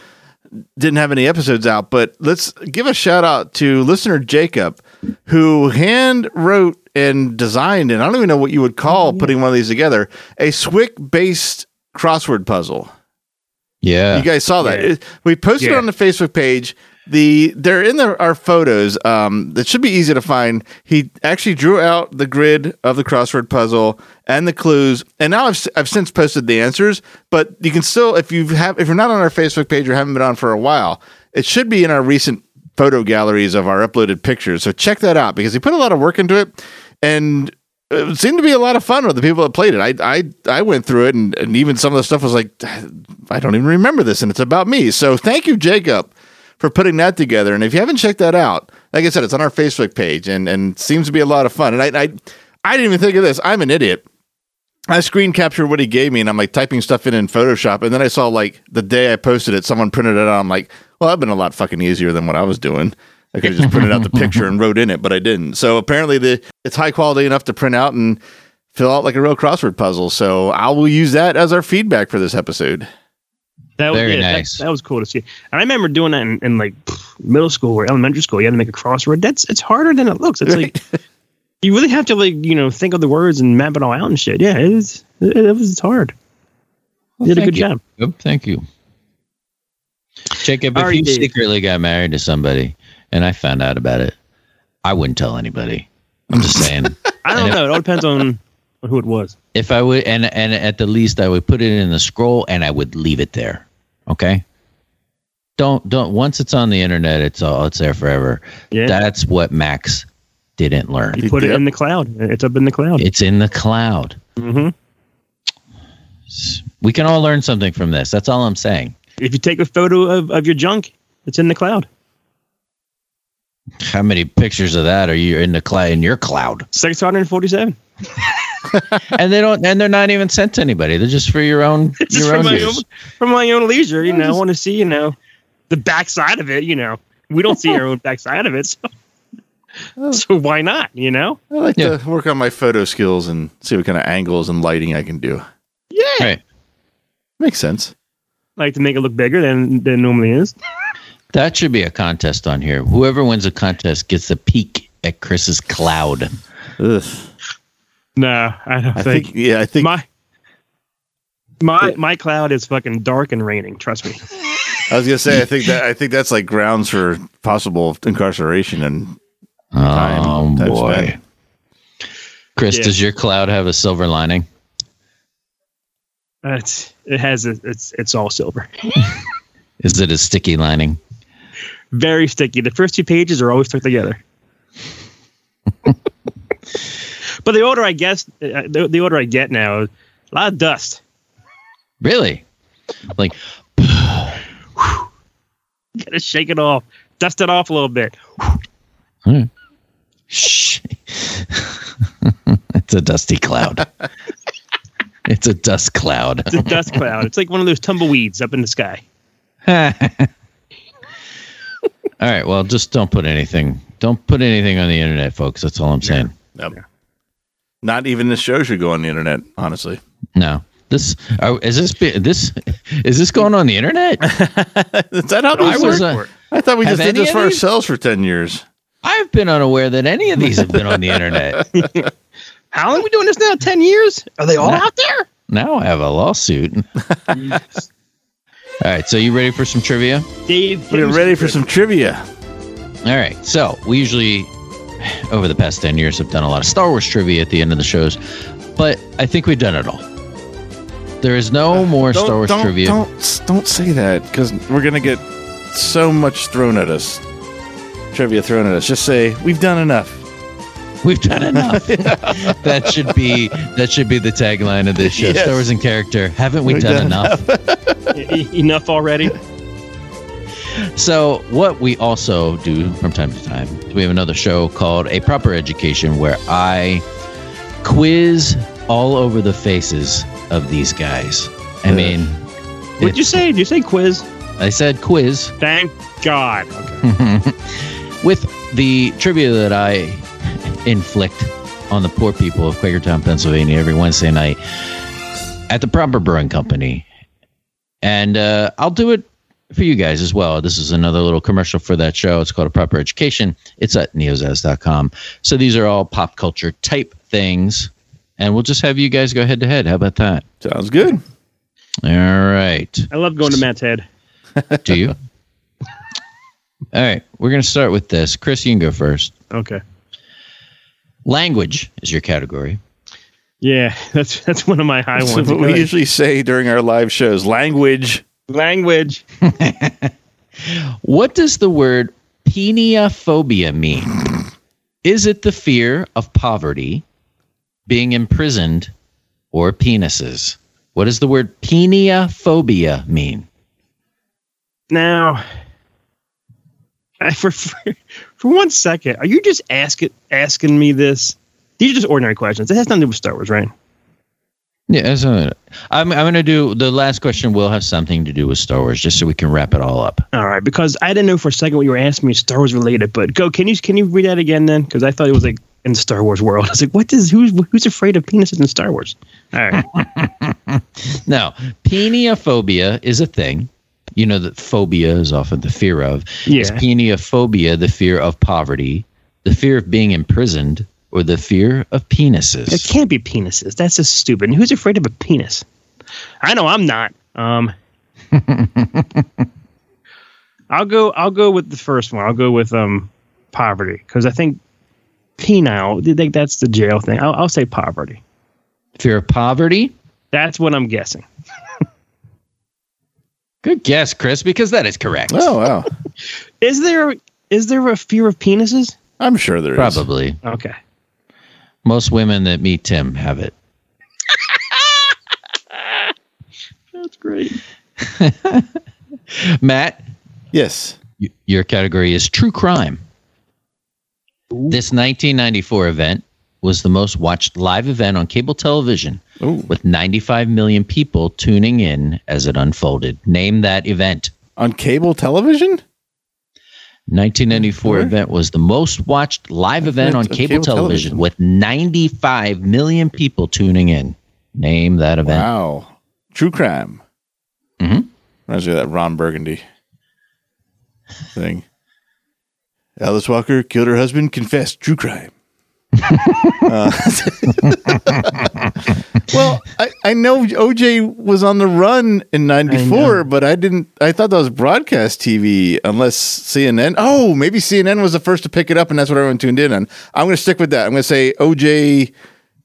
[SPEAKER 4] didn't have any episodes out. But let's give a shout out to listener Jacob, who hand wrote and designed, and I don't even know what you would call putting one of these together, a Swick based crossword puzzle.
[SPEAKER 1] Yeah.
[SPEAKER 4] You guys saw that.
[SPEAKER 2] Yeah.
[SPEAKER 4] It- we posted
[SPEAKER 2] Yeah.
[SPEAKER 4] on the Facebook page. The they're in the, our photos. Um, that should be easy to find. He actually drew out the grid of the crossword puzzle and the clues, and now I've s- I've since posted the answers. But you can still, if you have, if you're not on our Facebook page or haven't been on for a while, it should be in our recent photo galleries of our uploaded pictures. So check that out because he put a lot of work into it, and it seemed to be a lot of fun with the people that played it. I I I went through it and, and even some of the stuff was like I don't even remember this and it's about me. So thank you, Jacob, for putting that together. And if you haven't checked that out, like I said, it's on our Facebook page and and seems to be a lot of fun. And I I, I didn't even think of this. I'm an idiot. I screen captured what he gave me and I'm like typing stuff in in Photoshop. And then I saw like the day I posted it, someone printed it out. I'm like, well, that'd been a lot fucking easier than what I was doing. I could have just printed out the picture and wrote in it, but I didn't. So apparently the it's high quality enough to print out and fill out like a real crossword puzzle. So I will use that as our feedback for this episode.
[SPEAKER 2] That was
[SPEAKER 1] Very
[SPEAKER 2] yeah, that-
[SPEAKER 1] nice.
[SPEAKER 2] That, was cool to see. And I remember doing that in, in like pff, middle school or elementary school. You had to make a crossword. That's it's harder than it looks. It's like you really have to like you know think of the words and map it all out and shit. Yeah, it is. It, it was it's hard. you did a
[SPEAKER 1] Thank
[SPEAKER 2] good
[SPEAKER 1] you.
[SPEAKER 2] job.
[SPEAKER 1] Yep, thank you. Jacob, if
[SPEAKER 2] Alright,
[SPEAKER 1] you
[SPEAKER 2] Dave.
[SPEAKER 1] secretly got married to somebody and I found out about it, I wouldn't tell anybody. I'm just saying.
[SPEAKER 2] I don't know. It all depends on on who it was.
[SPEAKER 1] if I would, and and at the least, I would put it in the scroll and I would leave it there. Okay. Don't don't. Once it's on the internet, it's all it's there forever.
[SPEAKER 2] Yeah.
[SPEAKER 1] That's what Max didn't learn.
[SPEAKER 2] You put it in the cloud. It's up in the cloud.
[SPEAKER 1] It's in the cloud.
[SPEAKER 2] hmm
[SPEAKER 1] We can all learn something from this. That's all I'm saying.
[SPEAKER 2] If you take a photo of, of your junk, it's in the cloud.
[SPEAKER 1] How many pictures of that are you in the cloud in your cloud?
[SPEAKER 2] Six hundred forty-seven.
[SPEAKER 1] and they don't and they're not even sent to anybody they're just for your own
[SPEAKER 2] It's just
[SPEAKER 1] your
[SPEAKER 2] for
[SPEAKER 1] own
[SPEAKER 2] my
[SPEAKER 1] use
[SPEAKER 2] own, for my own leisure. You
[SPEAKER 1] Yeah,
[SPEAKER 2] know,
[SPEAKER 1] just-
[SPEAKER 2] I want to see you know the backside of it. You know, we don't see our own backside of it, so,
[SPEAKER 1] Oh.
[SPEAKER 2] so why not? You know,
[SPEAKER 4] I like
[SPEAKER 1] Yeah.
[SPEAKER 4] to work on my photo skills and see what kind of angles and lighting I can do.
[SPEAKER 2] yeah,
[SPEAKER 1] right
[SPEAKER 4] Makes sense.
[SPEAKER 2] like to make it look bigger than than it normally is.
[SPEAKER 1] that should be a contest on here whoever wins a contest gets a peek at chris's cloud
[SPEAKER 4] Ugh.
[SPEAKER 2] No, I don't
[SPEAKER 4] I
[SPEAKER 2] think,
[SPEAKER 4] think, yeah, I think
[SPEAKER 2] my my my cloud is fucking dark and raining. Trust me.
[SPEAKER 4] I was gonna say I think that I think that's like grounds for possible incarceration and
[SPEAKER 1] oh
[SPEAKER 4] Time- time
[SPEAKER 1] boy
[SPEAKER 4] spent.
[SPEAKER 1] chris
[SPEAKER 2] Yeah.
[SPEAKER 1] does your cloud have a silver lining
[SPEAKER 2] Uh, It's, it has a, it's it's all silver,
[SPEAKER 1] is it a sticky lining
[SPEAKER 2] very sticky. The first two pages are always stuck together. but the older I guess, uh, the, the older I get now, a lot of dust.
[SPEAKER 1] really like
[SPEAKER 2] gotta shake it off. dust it off a little bit.
[SPEAKER 1] Shh. it's a dusty cloud. it's a dust cloud.
[SPEAKER 2] It's a dust cloud. It's like one of those tumbleweeds up in the sky.
[SPEAKER 1] All right. Well, just don't put anything. Don't put anything on the internet, folks. That's all I'm saying.
[SPEAKER 4] Yep. Not even this show should go on the internet, honestly.
[SPEAKER 1] No. This oh, is this be- this is this going on the internet?
[SPEAKER 4] Is that how
[SPEAKER 1] I
[SPEAKER 4] this
[SPEAKER 1] was
[SPEAKER 4] works?
[SPEAKER 1] uh,
[SPEAKER 4] I thought we
[SPEAKER 1] have
[SPEAKER 4] just did
[SPEAKER 1] any
[SPEAKER 4] this
[SPEAKER 1] of
[SPEAKER 4] for
[SPEAKER 1] these-
[SPEAKER 4] ourselves for 10 years.
[SPEAKER 1] I've been unaware that any of these have been on the internet.
[SPEAKER 2] How long are we doing this now? Ten years? Are they all
[SPEAKER 1] Nah.
[SPEAKER 2] out there?
[SPEAKER 1] Now I have a lawsuit. All right. So you ready for some trivia?
[SPEAKER 2] Dave,
[SPEAKER 4] We're ready for some trivia.
[SPEAKER 1] All right. So we usually, over the past 10 years, have done a lot of Star Wars trivia at the end of the shows, but I think we've done it all. There is no more Star Wars
[SPEAKER 4] Uh, don't,
[SPEAKER 1] trivia.
[SPEAKER 4] Don't, don't say that because we're going to get so much thrown at us. Trivia thrown at us. Just say, we've done enough.
[SPEAKER 1] We've done enough. that should be that should be the tagline of this show.
[SPEAKER 4] Yes.
[SPEAKER 1] Star Wars in character. Haven't we
[SPEAKER 4] We've
[SPEAKER 1] done,
[SPEAKER 4] done
[SPEAKER 1] enough?
[SPEAKER 2] e-, enough already.
[SPEAKER 1] So, what we also do from time to time, we have another show called A Proper Education where I quiz all over the faces of these guys. I
[SPEAKER 4] Ugh.
[SPEAKER 1] mean,
[SPEAKER 2] What'd you say? Did you say quiz?
[SPEAKER 1] I said quiz
[SPEAKER 2] Thank God. Okay.
[SPEAKER 1] with the trivia that I inflict on the poor people of Quakertown, Pennsylvania, every Wednesday night at the Proper Brewing Company. And uh, I'll do it for you guys as well. This is another little commercial for that show. It's called A Proper Education. It's at neozaz.com. So these are all pop culture type things. And we'll just have you guys go head to head. How about that?
[SPEAKER 4] Sounds good.
[SPEAKER 1] All right.
[SPEAKER 2] I love going to Matt's head.
[SPEAKER 1] Do you? all right. We're going to start with this. Chris, you can go first.
[SPEAKER 2] Okay.
[SPEAKER 1] Language is your category.
[SPEAKER 2] Yeah, that's that's one of my high
[SPEAKER 4] That's
[SPEAKER 2] ones.
[SPEAKER 4] what we usually say during our live shows language.
[SPEAKER 2] Language.
[SPEAKER 1] What does the word peniophobia mean? Is it the fear of poverty, being imprisoned, or penises? What does the word peniophobia mean?
[SPEAKER 2] Now, I, for, for for one second, are you just asking asking me this? These are just ordinary questions. It has nothing to do with Star Wars, right?
[SPEAKER 1] Yeah, as a, I'm, I'm going to do the last question will have something to do with Star Wars, just so we can wrap it all up.
[SPEAKER 2] All right, because I didn't know for a second what you were asking me Star Wars related. But go, can you can you read that again then? Because I thought it was like in the Star Wars world. I was like, what does who's who's afraid of penises in Star Wars? All right,
[SPEAKER 1] Now, peniophobia is a thing. You know that phobia is often the fear of. Is
[SPEAKER 2] Yeah.
[SPEAKER 1] peniophobia the fear of poverty, the fear of being imprisoned, or the fear of
[SPEAKER 2] it
[SPEAKER 1] penises?
[SPEAKER 2] can't be penises. That's just stupid. And who's afraid of a penis? I know I'm not. Um, I'll go. I'll go with the first one. I'll go with um poverty because I think penile. I think that's the jail thing. I'll, I'll say poverty.
[SPEAKER 1] Fear of poverty?
[SPEAKER 2] That's what I'm guessing.
[SPEAKER 1] Good guess, Chris, because that is correct.
[SPEAKER 4] Oh, wow.
[SPEAKER 2] Is there is there a fear of penises?
[SPEAKER 4] I'm sure there is.
[SPEAKER 1] Probably.
[SPEAKER 2] Okay.
[SPEAKER 1] Most women that meet Tim have it.
[SPEAKER 2] That's great.
[SPEAKER 1] Matt,
[SPEAKER 4] Yes.
[SPEAKER 1] y- your category is true crime. This 1994 event was the most watched live event on cable television
[SPEAKER 4] Ooh.
[SPEAKER 1] with 95 million people tuning in as it unfolded. Name that event.
[SPEAKER 4] On cable television?
[SPEAKER 1] 1994
[SPEAKER 4] Sure.
[SPEAKER 1] event was the most watched live event on
[SPEAKER 4] Event of
[SPEAKER 1] cable,
[SPEAKER 4] cable
[SPEAKER 1] television,
[SPEAKER 4] television.
[SPEAKER 1] with 95 million people tuning in. Name that event.
[SPEAKER 4] Wow. True crime.
[SPEAKER 1] Mhm.
[SPEAKER 4] Reminds me of that Ron Burgundy thing. Alice Walker killed her husband, confessed true crime. Uh, well, I, I know OJ was on the run in 94, but I didn't, I thought that was broadcast TV unless CNN. Oh, maybe CNN was the first to pick it up and that's what everyone tuned in on. I'm going to stick with that. I'm going to say OJ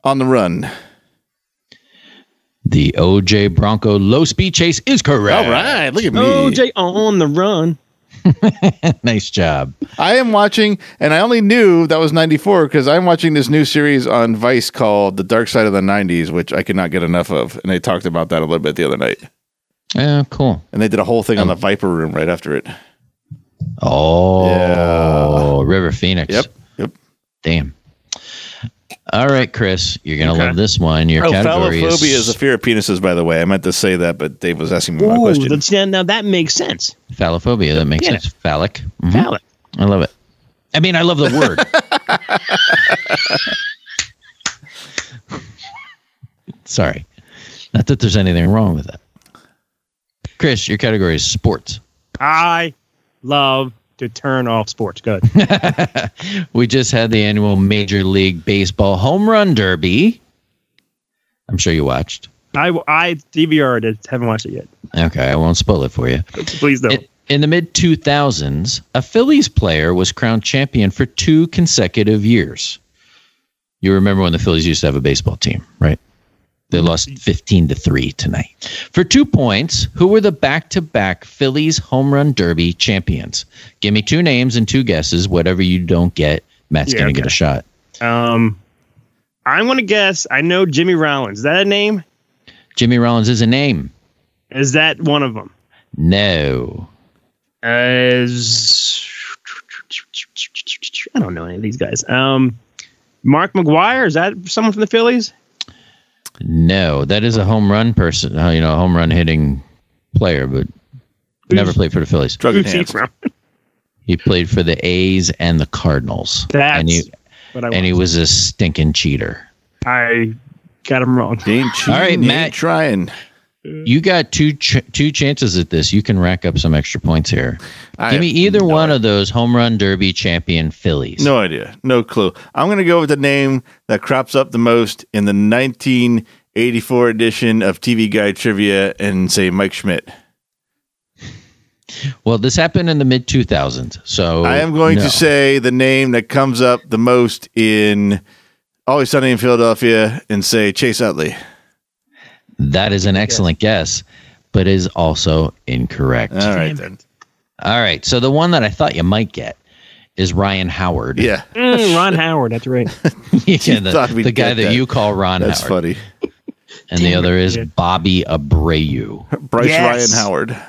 [SPEAKER 4] on the run.
[SPEAKER 1] The OJ Bronco low speed chase is correct.
[SPEAKER 4] All right. Look at me.
[SPEAKER 2] OJ on the run.
[SPEAKER 1] nice job.
[SPEAKER 4] I am watching, and I only knew that was 94 because I'm watching this new series on Vice called The Dark Side of the 90s, which I could not get enough of. And they talked about that a little bit the other night.
[SPEAKER 1] Yeah, cool.
[SPEAKER 4] Um, And they did a whole thing on the Viper Room right after it.
[SPEAKER 1] Oh, River Phoenix.
[SPEAKER 4] Yep. Yep.
[SPEAKER 1] Damn. All right, Chris, you're gonna
[SPEAKER 2] Okay.
[SPEAKER 1] love this one. Your
[SPEAKER 4] Oh,
[SPEAKER 1] category
[SPEAKER 4] phallophobia is,
[SPEAKER 1] is
[SPEAKER 4] the fear of penises, by the way. I meant to say that, but Dave was asking me my
[SPEAKER 2] Ooh,
[SPEAKER 4] question.
[SPEAKER 2] that's, now, now that makes sense.
[SPEAKER 1] phallophobia. That makes
[SPEAKER 2] Yeah.
[SPEAKER 1] sense. Phallic.
[SPEAKER 4] Hmm?
[SPEAKER 1] Mhm.
[SPEAKER 2] Valid.
[SPEAKER 1] I love it. I mean, I love the word. Sorry. Not that there's anything wrong with that. Chris, your category is sports.
[SPEAKER 2] I love to turn off sports. Good.
[SPEAKER 1] We just had the annual Major League Baseball Home Run Derby. I'm sure you watched.
[SPEAKER 2] I I DVR'd it. Haven't watched it yet.
[SPEAKER 1] Okay, I won't spoil it for you.
[SPEAKER 2] Please don't.
[SPEAKER 1] In, in the mid 2000s, a Phillies player was crowned champion for two consecutive years. You remember when the Phillies used to have a baseball team, right? They lost 15 to 3 tonight. For two points, who were the back to back Phillies home run derby champions? Give me two names and two guesses. Whatever you don't get, Matt's
[SPEAKER 2] Yeah,
[SPEAKER 1] going to
[SPEAKER 2] okay.
[SPEAKER 1] get a shot.
[SPEAKER 2] Um, I'm gonna guess. I know Jimmy Rollins. Is that a name?
[SPEAKER 1] Jimmy Rollins is a name.
[SPEAKER 2] Is that one of them?
[SPEAKER 1] No.
[SPEAKER 2] As I don't know any of these guys. Um, Mark McGuire. Is that someone from the Phillies?
[SPEAKER 1] No. That is a home run person, uh, you know, a home run hitting player, but never played for the Phillies.
[SPEAKER 4] Drug
[SPEAKER 2] Who's he
[SPEAKER 4] enhanced.
[SPEAKER 2] from?
[SPEAKER 1] He played for the A's and the Cardinals.
[SPEAKER 2] That's
[SPEAKER 1] and he,
[SPEAKER 2] what I,
[SPEAKER 1] and he
[SPEAKER 2] want.
[SPEAKER 1] was a stinking cheater.
[SPEAKER 2] I got him wrong.
[SPEAKER 4] Dean cheating,
[SPEAKER 1] All right,
[SPEAKER 4] ain't
[SPEAKER 1] Matt.
[SPEAKER 4] Trying.
[SPEAKER 1] You got two ch- two chances at this. You can rack up some extra points here.
[SPEAKER 4] I
[SPEAKER 1] Give me
[SPEAKER 4] have
[SPEAKER 1] either
[SPEAKER 4] no
[SPEAKER 1] one of those home run derby champion Phillies.
[SPEAKER 4] No idea. No clue. I'm going to go with the name that crops up the most in the 1984 edition of TV Guide Trivia and say Mike Schmidt.
[SPEAKER 1] Well, this happened in the mid 2000s. So
[SPEAKER 4] I am going
[SPEAKER 1] no.
[SPEAKER 4] to say the name that comes up the most in Always Sunny in Philadelphia and say Chase Utley.
[SPEAKER 1] that is an excellent guess, but is also incorrect.
[SPEAKER 4] All right, then.
[SPEAKER 1] All right. So the one that I thought you might get is Ryan Howard.
[SPEAKER 4] Yeah,
[SPEAKER 2] Mm, Ron Howard. That's right.
[SPEAKER 1] Yeah,
[SPEAKER 4] Thought
[SPEAKER 1] the,
[SPEAKER 4] we'd
[SPEAKER 1] the guy
[SPEAKER 4] get
[SPEAKER 1] that,
[SPEAKER 4] that.
[SPEAKER 1] you call Ron
[SPEAKER 4] that's
[SPEAKER 1] Howard.
[SPEAKER 4] funny.
[SPEAKER 1] And the
[SPEAKER 2] Damn
[SPEAKER 1] other
[SPEAKER 2] it,
[SPEAKER 1] is
[SPEAKER 2] dude.
[SPEAKER 1] Bobby Abreu.
[SPEAKER 4] Bryce
[SPEAKER 2] Yes.
[SPEAKER 4] Ryan Howard.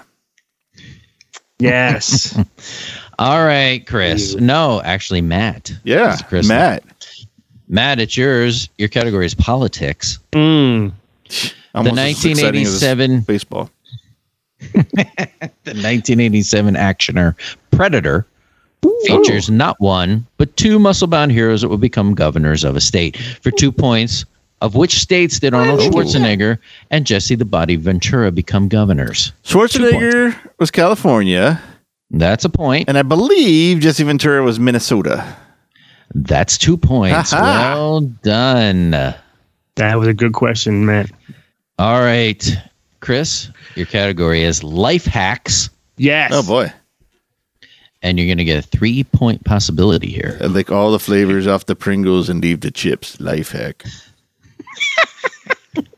[SPEAKER 2] Yes.
[SPEAKER 1] All right, Chris. No, actually, Matt.
[SPEAKER 4] Yeah,
[SPEAKER 1] It's Chris.
[SPEAKER 4] Matt.
[SPEAKER 1] Matt, it's yours. Your category is politics.
[SPEAKER 2] Mm.
[SPEAKER 4] Almost as exciting as
[SPEAKER 1] 1987
[SPEAKER 4] baseball.
[SPEAKER 1] The 1987 actioner Predator features not one, but two muscle bound heroes that will become governors of a state. For two points, of which states did Arnold Schwarzenegger and Jesse the Body Ventura become governors?
[SPEAKER 4] Schwarzenegger was California,
[SPEAKER 1] That's a point.
[SPEAKER 4] and I believe Jesse Ventura was Minnesota.
[SPEAKER 1] That's two points.
[SPEAKER 4] Ha ha.
[SPEAKER 1] Well done.
[SPEAKER 2] That was a good question, man.
[SPEAKER 1] All right, Chris, your category is life hacks.
[SPEAKER 2] Yes.
[SPEAKER 4] Oh boy,
[SPEAKER 1] and you're going to get a three point possibility here.
[SPEAKER 4] I lick all the flavors off the Pringles and leave the chips. Life hack.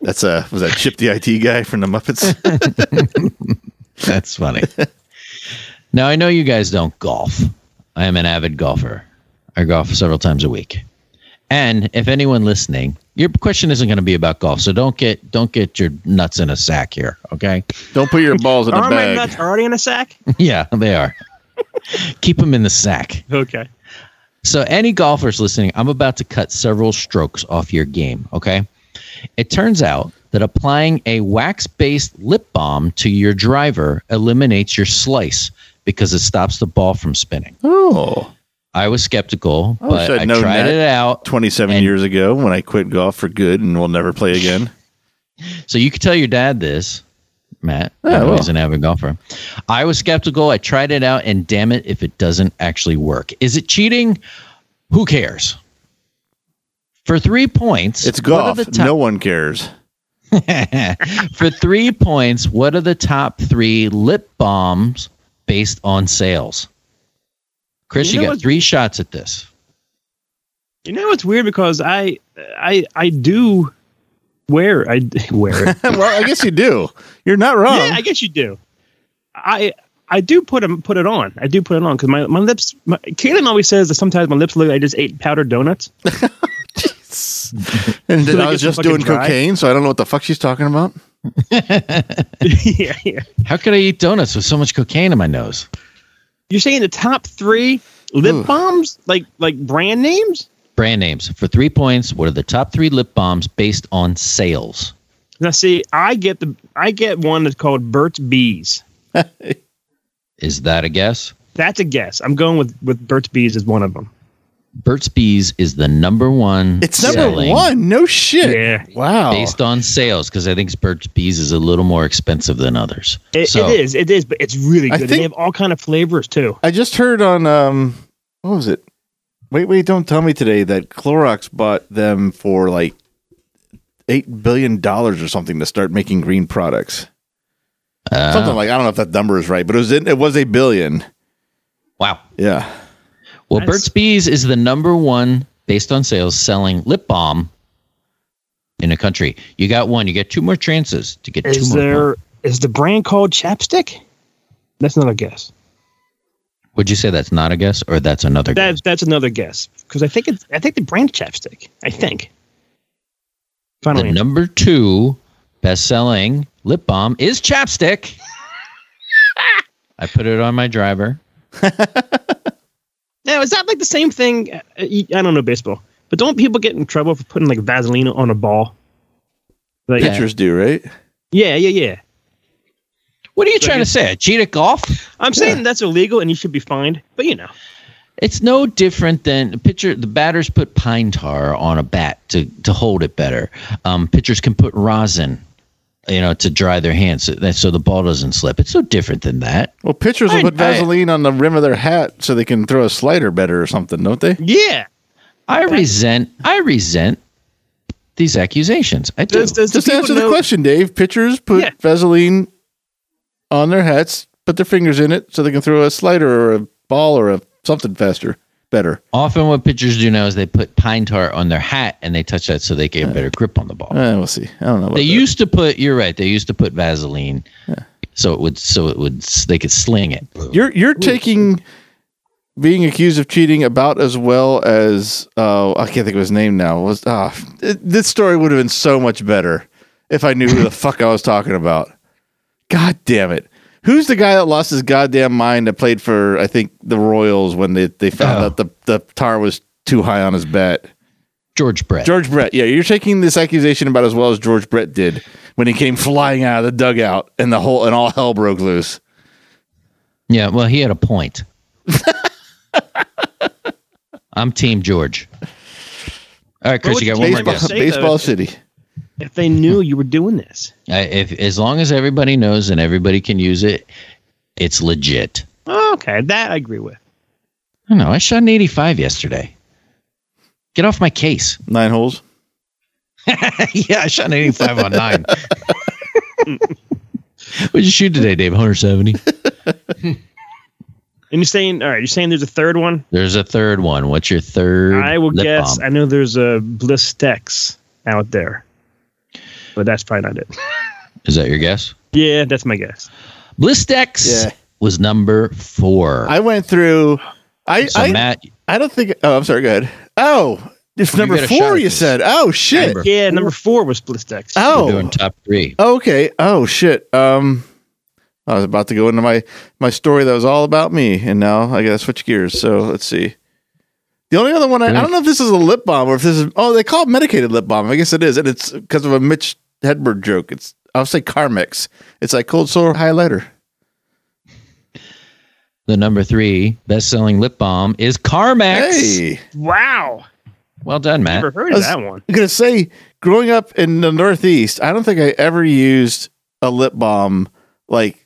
[SPEAKER 4] That's uh was that Chip the IT guy from the Muppets?
[SPEAKER 1] That's funny. now, I know you guys don't golf. I am an avid golfer. I golf several times a week. And if anyone listening, your question isn't going to be about golf, so don't get don't get your nuts in a sack here, okay?
[SPEAKER 4] Don't put your balls in a
[SPEAKER 2] Are my nuts
[SPEAKER 4] bag.
[SPEAKER 2] already in a sack?
[SPEAKER 1] yeah, they are. Keep them in the sack.
[SPEAKER 2] Okay.
[SPEAKER 1] So, any golfers listening, I'm about to cut several strokes off your game, okay? It turns out that applying a wax based lip balm to your driver eliminates your slice because it stops the ball from spinning.
[SPEAKER 4] Oh.
[SPEAKER 1] I was skeptical,
[SPEAKER 4] I
[SPEAKER 1] but
[SPEAKER 4] wish I'd
[SPEAKER 1] I
[SPEAKER 4] known
[SPEAKER 1] tried
[SPEAKER 4] that.
[SPEAKER 1] it out.
[SPEAKER 4] 27
[SPEAKER 1] And-
[SPEAKER 4] years ago when I quit golf for good and will never play again.
[SPEAKER 1] So, you could tell your dad this, Matt.
[SPEAKER 4] Yeah, I
[SPEAKER 1] I know
[SPEAKER 4] will.
[SPEAKER 1] he's an avid golfer. I was skeptical. I tried it out, and damn it, if it doesn't actually work. Is it cheating? Who cares? For three points,
[SPEAKER 4] It's
[SPEAKER 1] what are
[SPEAKER 4] golf.
[SPEAKER 1] the top-
[SPEAKER 4] no one cares.
[SPEAKER 1] For three points, what are the top three lip balms based on sales? Chris,
[SPEAKER 2] You
[SPEAKER 1] you,
[SPEAKER 2] know
[SPEAKER 1] got
[SPEAKER 2] what-
[SPEAKER 1] three shots at this.
[SPEAKER 2] You know it's weird because I I I do wear I wear it.
[SPEAKER 4] well, I guess you do. You're not wrong.
[SPEAKER 2] yeah, I guess you do. I I do put 'em- put it on. I do put it on because my, my lips. My, Caitlin always says that sometimes my lips look like I just ate powdered donuts.
[SPEAKER 4] and then
[SPEAKER 2] I
[SPEAKER 4] I was
[SPEAKER 2] guess I'm
[SPEAKER 4] just doing
[SPEAKER 2] fucking dry.
[SPEAKER 4] cocaine, so I don't know what the fuck she's talking about.
[SPEAKER 2] yeah, yeah.
[SPEAKER 1] How could I eat donuts with so much cocaine in my nose?
[SPEAKER 2] You're saying the top three lip balms, like like brand names?
[SPEAKER 1] Brand names for three points. What are the top three lip balms based on sales?
[SPEAKER 2] Now, see, I get the I get one that's called Burt's Bees.
[SPEAKER 1] Is that a guess?
[SPEAKER 2] That's a guess. I'm going with with Burt's Bees as one of them.
[SPEAKER 1] Burt's Bees is the number one.
[SPEAKER 4] It's number
[SPEAKER 1] selling
[SPEAKER 4] one. No shit.
[SPEAKER 2] Yeah.
[SPEAKER 4] Wow.
[SPEAKER 1] based on sales because I think Burt's Bees is a little more expensive than others.
[SPEAKER 2] It,
[SPEAKER 1] So-
[SPEAKER 2] it is. It is. But it's really
[SPEAKER 4] I
[SPEAKER 2] good. and
[SPEAKER 4] think-
[SPEAKER 2] they have all kind of flavors too.
[SPEAKER 4] I just heard on um what was it? Wait, wait, don't tell me today that Clorox bought them for like eight billion dollars or something to start making green products.
[SPEAKER 1] Uh,
[SPEAKER 4] Something like I don't know if that number is right, but it was in, it was a billion.
[SPEAKER 1] wow.
[SPEAKER 4] Yeah.
[SPEAKER 1] Well,
[SPEAKER 2] That's-
[SPEAKER 1] Burt's Bees is the number one based on sales selling lip balm in the country. You got one. You get two more chances to get
[SPEAKER 2] Is
[SPEAKER 1] two more.
[SPEAKER 2] there is the brand called Chapstick? That's not a guess.
[SPEAKER 1] Would you say that's not a guess or that's another guess?
[SPEAKER 2] That that's another guess because I think it's I think the brand Chapstick. I think. Final
[SPEAKER 1] The
[SPEAKER 2] answer.
[SPEAKER 1] number two best selling lip balm is chapstick. I put it on my driver.
[SPEAKER 2] Now, is that like the same thing? uh, you- I don't know baseball, but don't people get in trouble for putting like Vaseline on a ball? Like, yeah,
[SPEAKER 4] Pitchers do, right?
[SPEAKER 2] yeah, yeah.
[SPEAKER 1] What are you trying to say? I cheat at golf?
[SPEAKER 2] I'm saying that's illegal and you should be fined, but you know,
[SPEAKER 1] It's no different than pitcher. The batters put pine tar on a bat to to hold it better. Um, pitchers can put rosin, you know, to dry their hands so, that, so the ball doesn't slip. It's no different than that.
[SPEAKER 4] Well, pitchers
[SPEAKER 1] I-
[SPEAKER 4] will put
[SPEAKER 1] I-
[SPEAKER 4] Vaseline on the rim of their hat so they can throw a slider better or something, don't they?
[SPEAKER 2] yeah.
[SPEAKER 1] I resent. I resent these accusations. I do.
[SPEAKER 2] Does, does
[SPEAKER 4] Just
[SPEAKER 2] the people
[SPEAKER 4] answer the
[SPEAKER 2] know-
[SPEAKER 4] question, Dave. Pitchers put
[SPEAKER 2] Yeah.
[SPEAKER 4] Vaseline on their hats, put their fingers in it so they can throw a slider or a ball or a something faster, better.
[SPEAKER 1] Often, what pitchers do now is they put pine tar on their hat and they touch that so they get a better grip on the
[SPEAKER 2] Uh,
[SPEAKER 1] ball.
[SPEAKER 4] Eh, we'll see. I don't know. About
[SPEAKER 1] They
[SPEAKER 4] that.
[SPEAKER 1] used to put. You're right. They used to put Vaseline, so it would. So it would. s- They could sling it.
[SPEAKER 4] You're you're taking being accused of cheating about as well as uh, I can't think of his name now. Was ah, it, this story would have been so much better if I knew who the fuck I was talking about. God damn it! Who's the guy that lost his goddamn mind that played for I think the Royals when they they found
[SPEAKER 1] Oh.
[SPEAKER 4] out the the tar was too high on his bat?
[SPEAKER 1] George Brett.
[SPEAKER 4] George Brett. Yeah, you're taking this accusation about as well as George Brett did when he came flying out of the dugout and the whole and all hell broke loose.
[SPEAKER 1] Yeah, well, he had a point. I'm Team George. All right, Chris,
[SPEAKER 2] would
[SPEAKER 1] you got one
[SPEAKER 2] you
[SPEAKER 1] more
[SPEAKER 2] change my
[SPEAKER 1] guess.
[SPEAKER 2] say,
[SPEAKER 4] baseball
[SPEAKER 2] though,
[SPEAKER 4] City.
[SPEAKER 2] If they knew you were doing this,
[SPEAKER 1] I, if, as long as everybody knows and everybody can use it, it's legit.
[SPEAKER 2] Oh, okay, that I agree with.
[SPEAKER 1] I don't know. I shot an 85 yesterday. Get off my case.
[SPEAKER 4] Nine holes.
[SPEAKER 1] yeah, I shot an 85 on nine. What'd you shoot today, Dave? 170.
[SPEAKER 2] And you're saying, all right, you're saying there's a third one.
[SPEAKER 1] There's a third one. What's your third?
[SPEAKER 2] I will
[SPEAKER 1] lip
[SPEAKER 2] guess.
[SPEAKER 1] balm?
[SPEAKER 2] I know there's a Bliss Tex out there, but that's probably not it.
[SPEAKER 1] Is that your guess?
[SPEAKER 2] yeah, that's my guess.
[SPEAKER 1] Blistex
[SPEAKER 4] Yeah.
[SPEAKER 1] was number four.
[SPEAKER 4] I went through. I
[SPEAKER 1] so
[SPEAKER 4] I,
[SPEAKER 1] Matt,
[SPEAKER 4] I don't think. Oh, I'm sorry. Go ahead. Oh, it's number
[SPEAKER 1] got a shot
[SPEAKER 4] four.
[SPEAKER 1] at
[SPEAKER 4] You
[SPEAKER 1] this.
[SPEAKER 4] said. Oh shit.
[SPEAKER 1] Amber.
[SPEAKER 2] Yeah, number four was Bliss Tex.
[SPEAKER 1] we're doing
[SPEAKER 4] Oh.
[SPEAKER 1] top three.
[SPEAKER 4] Okay. Oh shit. Um, I was about to go into my my story that was all about me, and now I gotta switch gears. So let's see. The only other one I, I don't know if this is a lip balm or if this is oh they call it medicated lip balm. I guess it is, and it's because of a Mitch Hedberg joke. It's I'll say Carmex. It's like cold sore highlighter.
[SPEAKER 1] The number three best-selling lip balm is Carmex.
[SPEAKER 4] Hey.
[SPEAKER 2] Wow,
[SPEAKER 1] Well done, Matt.
[SPEAKER 2] never heard of that one.
[SPEAKER 4] I'm gonna say, growing up in the Northeast, I don't think I ever used a lip balm like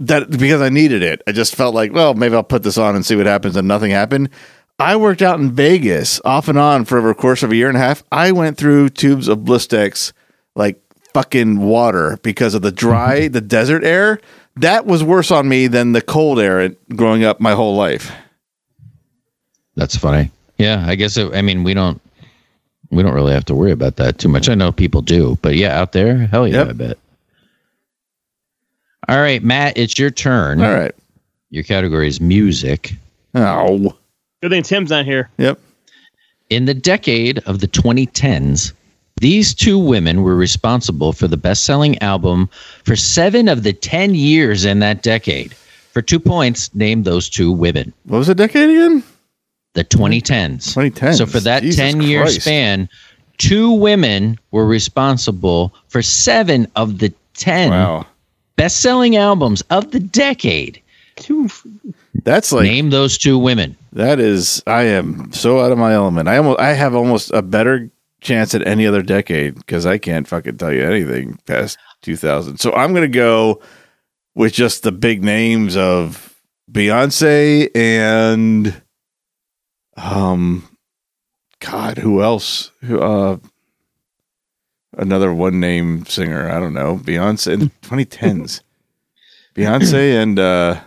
[SPEAKER 4] that because I needed it. I just felt like, well, maybe I'll put this on and see what happens, and nothing happened. I worked out in Vegas off and on for over a course of a year and a half. I went through tubes of Blistex like fucking water because of the dry, the desert air. That was worse on me than the cold air growing up my whole life.
[SPEAKER 1] That's funny. Yeah, I guess. It, I mean, we don't we don't really have to worry about that too much. I know people do, but yeah, out there, hell yeah,
[SPEAKER 4] Yep.
[SPEAKER 1] I bet. All right, Matt, it's your turn.
[SPEAKER 4] All right.
[SPEAKER 1] Your category is music.
[SPEAKER 4] Oh.
[SPEAKER 2] Good thing Tim's not here.
[SPEAKER 4] Yep.
[SPEAKER 1] In the decade of the 2010s, these two women were responsible for the best selling album for seven of the 10 years in that decade. For two points, name those two women.
[SPEAKER 4] What was the decade again?
[SPEAKER 1] The 2010s.
[SPEAKER 4] 2010s.
[SPEAKER 1] So for that
[SPEAKER 4] Jesus
[SPEAKER 1] 10 year
[SPEAKER 4] Christ.
[SPEAKER 1] span, two women were responsible for seven of the 10
[SPEAKER 4] Wow.
[SPEAKER 1] best selling albums of the decade.
[SPEAKER 2] Two
[SPEAKER 4] That's like
[SPEAKER 1] name those two women.
[SPEAKER 4] that is I am so out of my element. I almost I have almost a better chance at any other decade because I can't fucking tell you anything past two thousand. So I'm gonna go with just the big names of Beyonce and um God, who else? Who uh another one name singer, I don't know, Beyonce in twenty tens. Beyonce and uh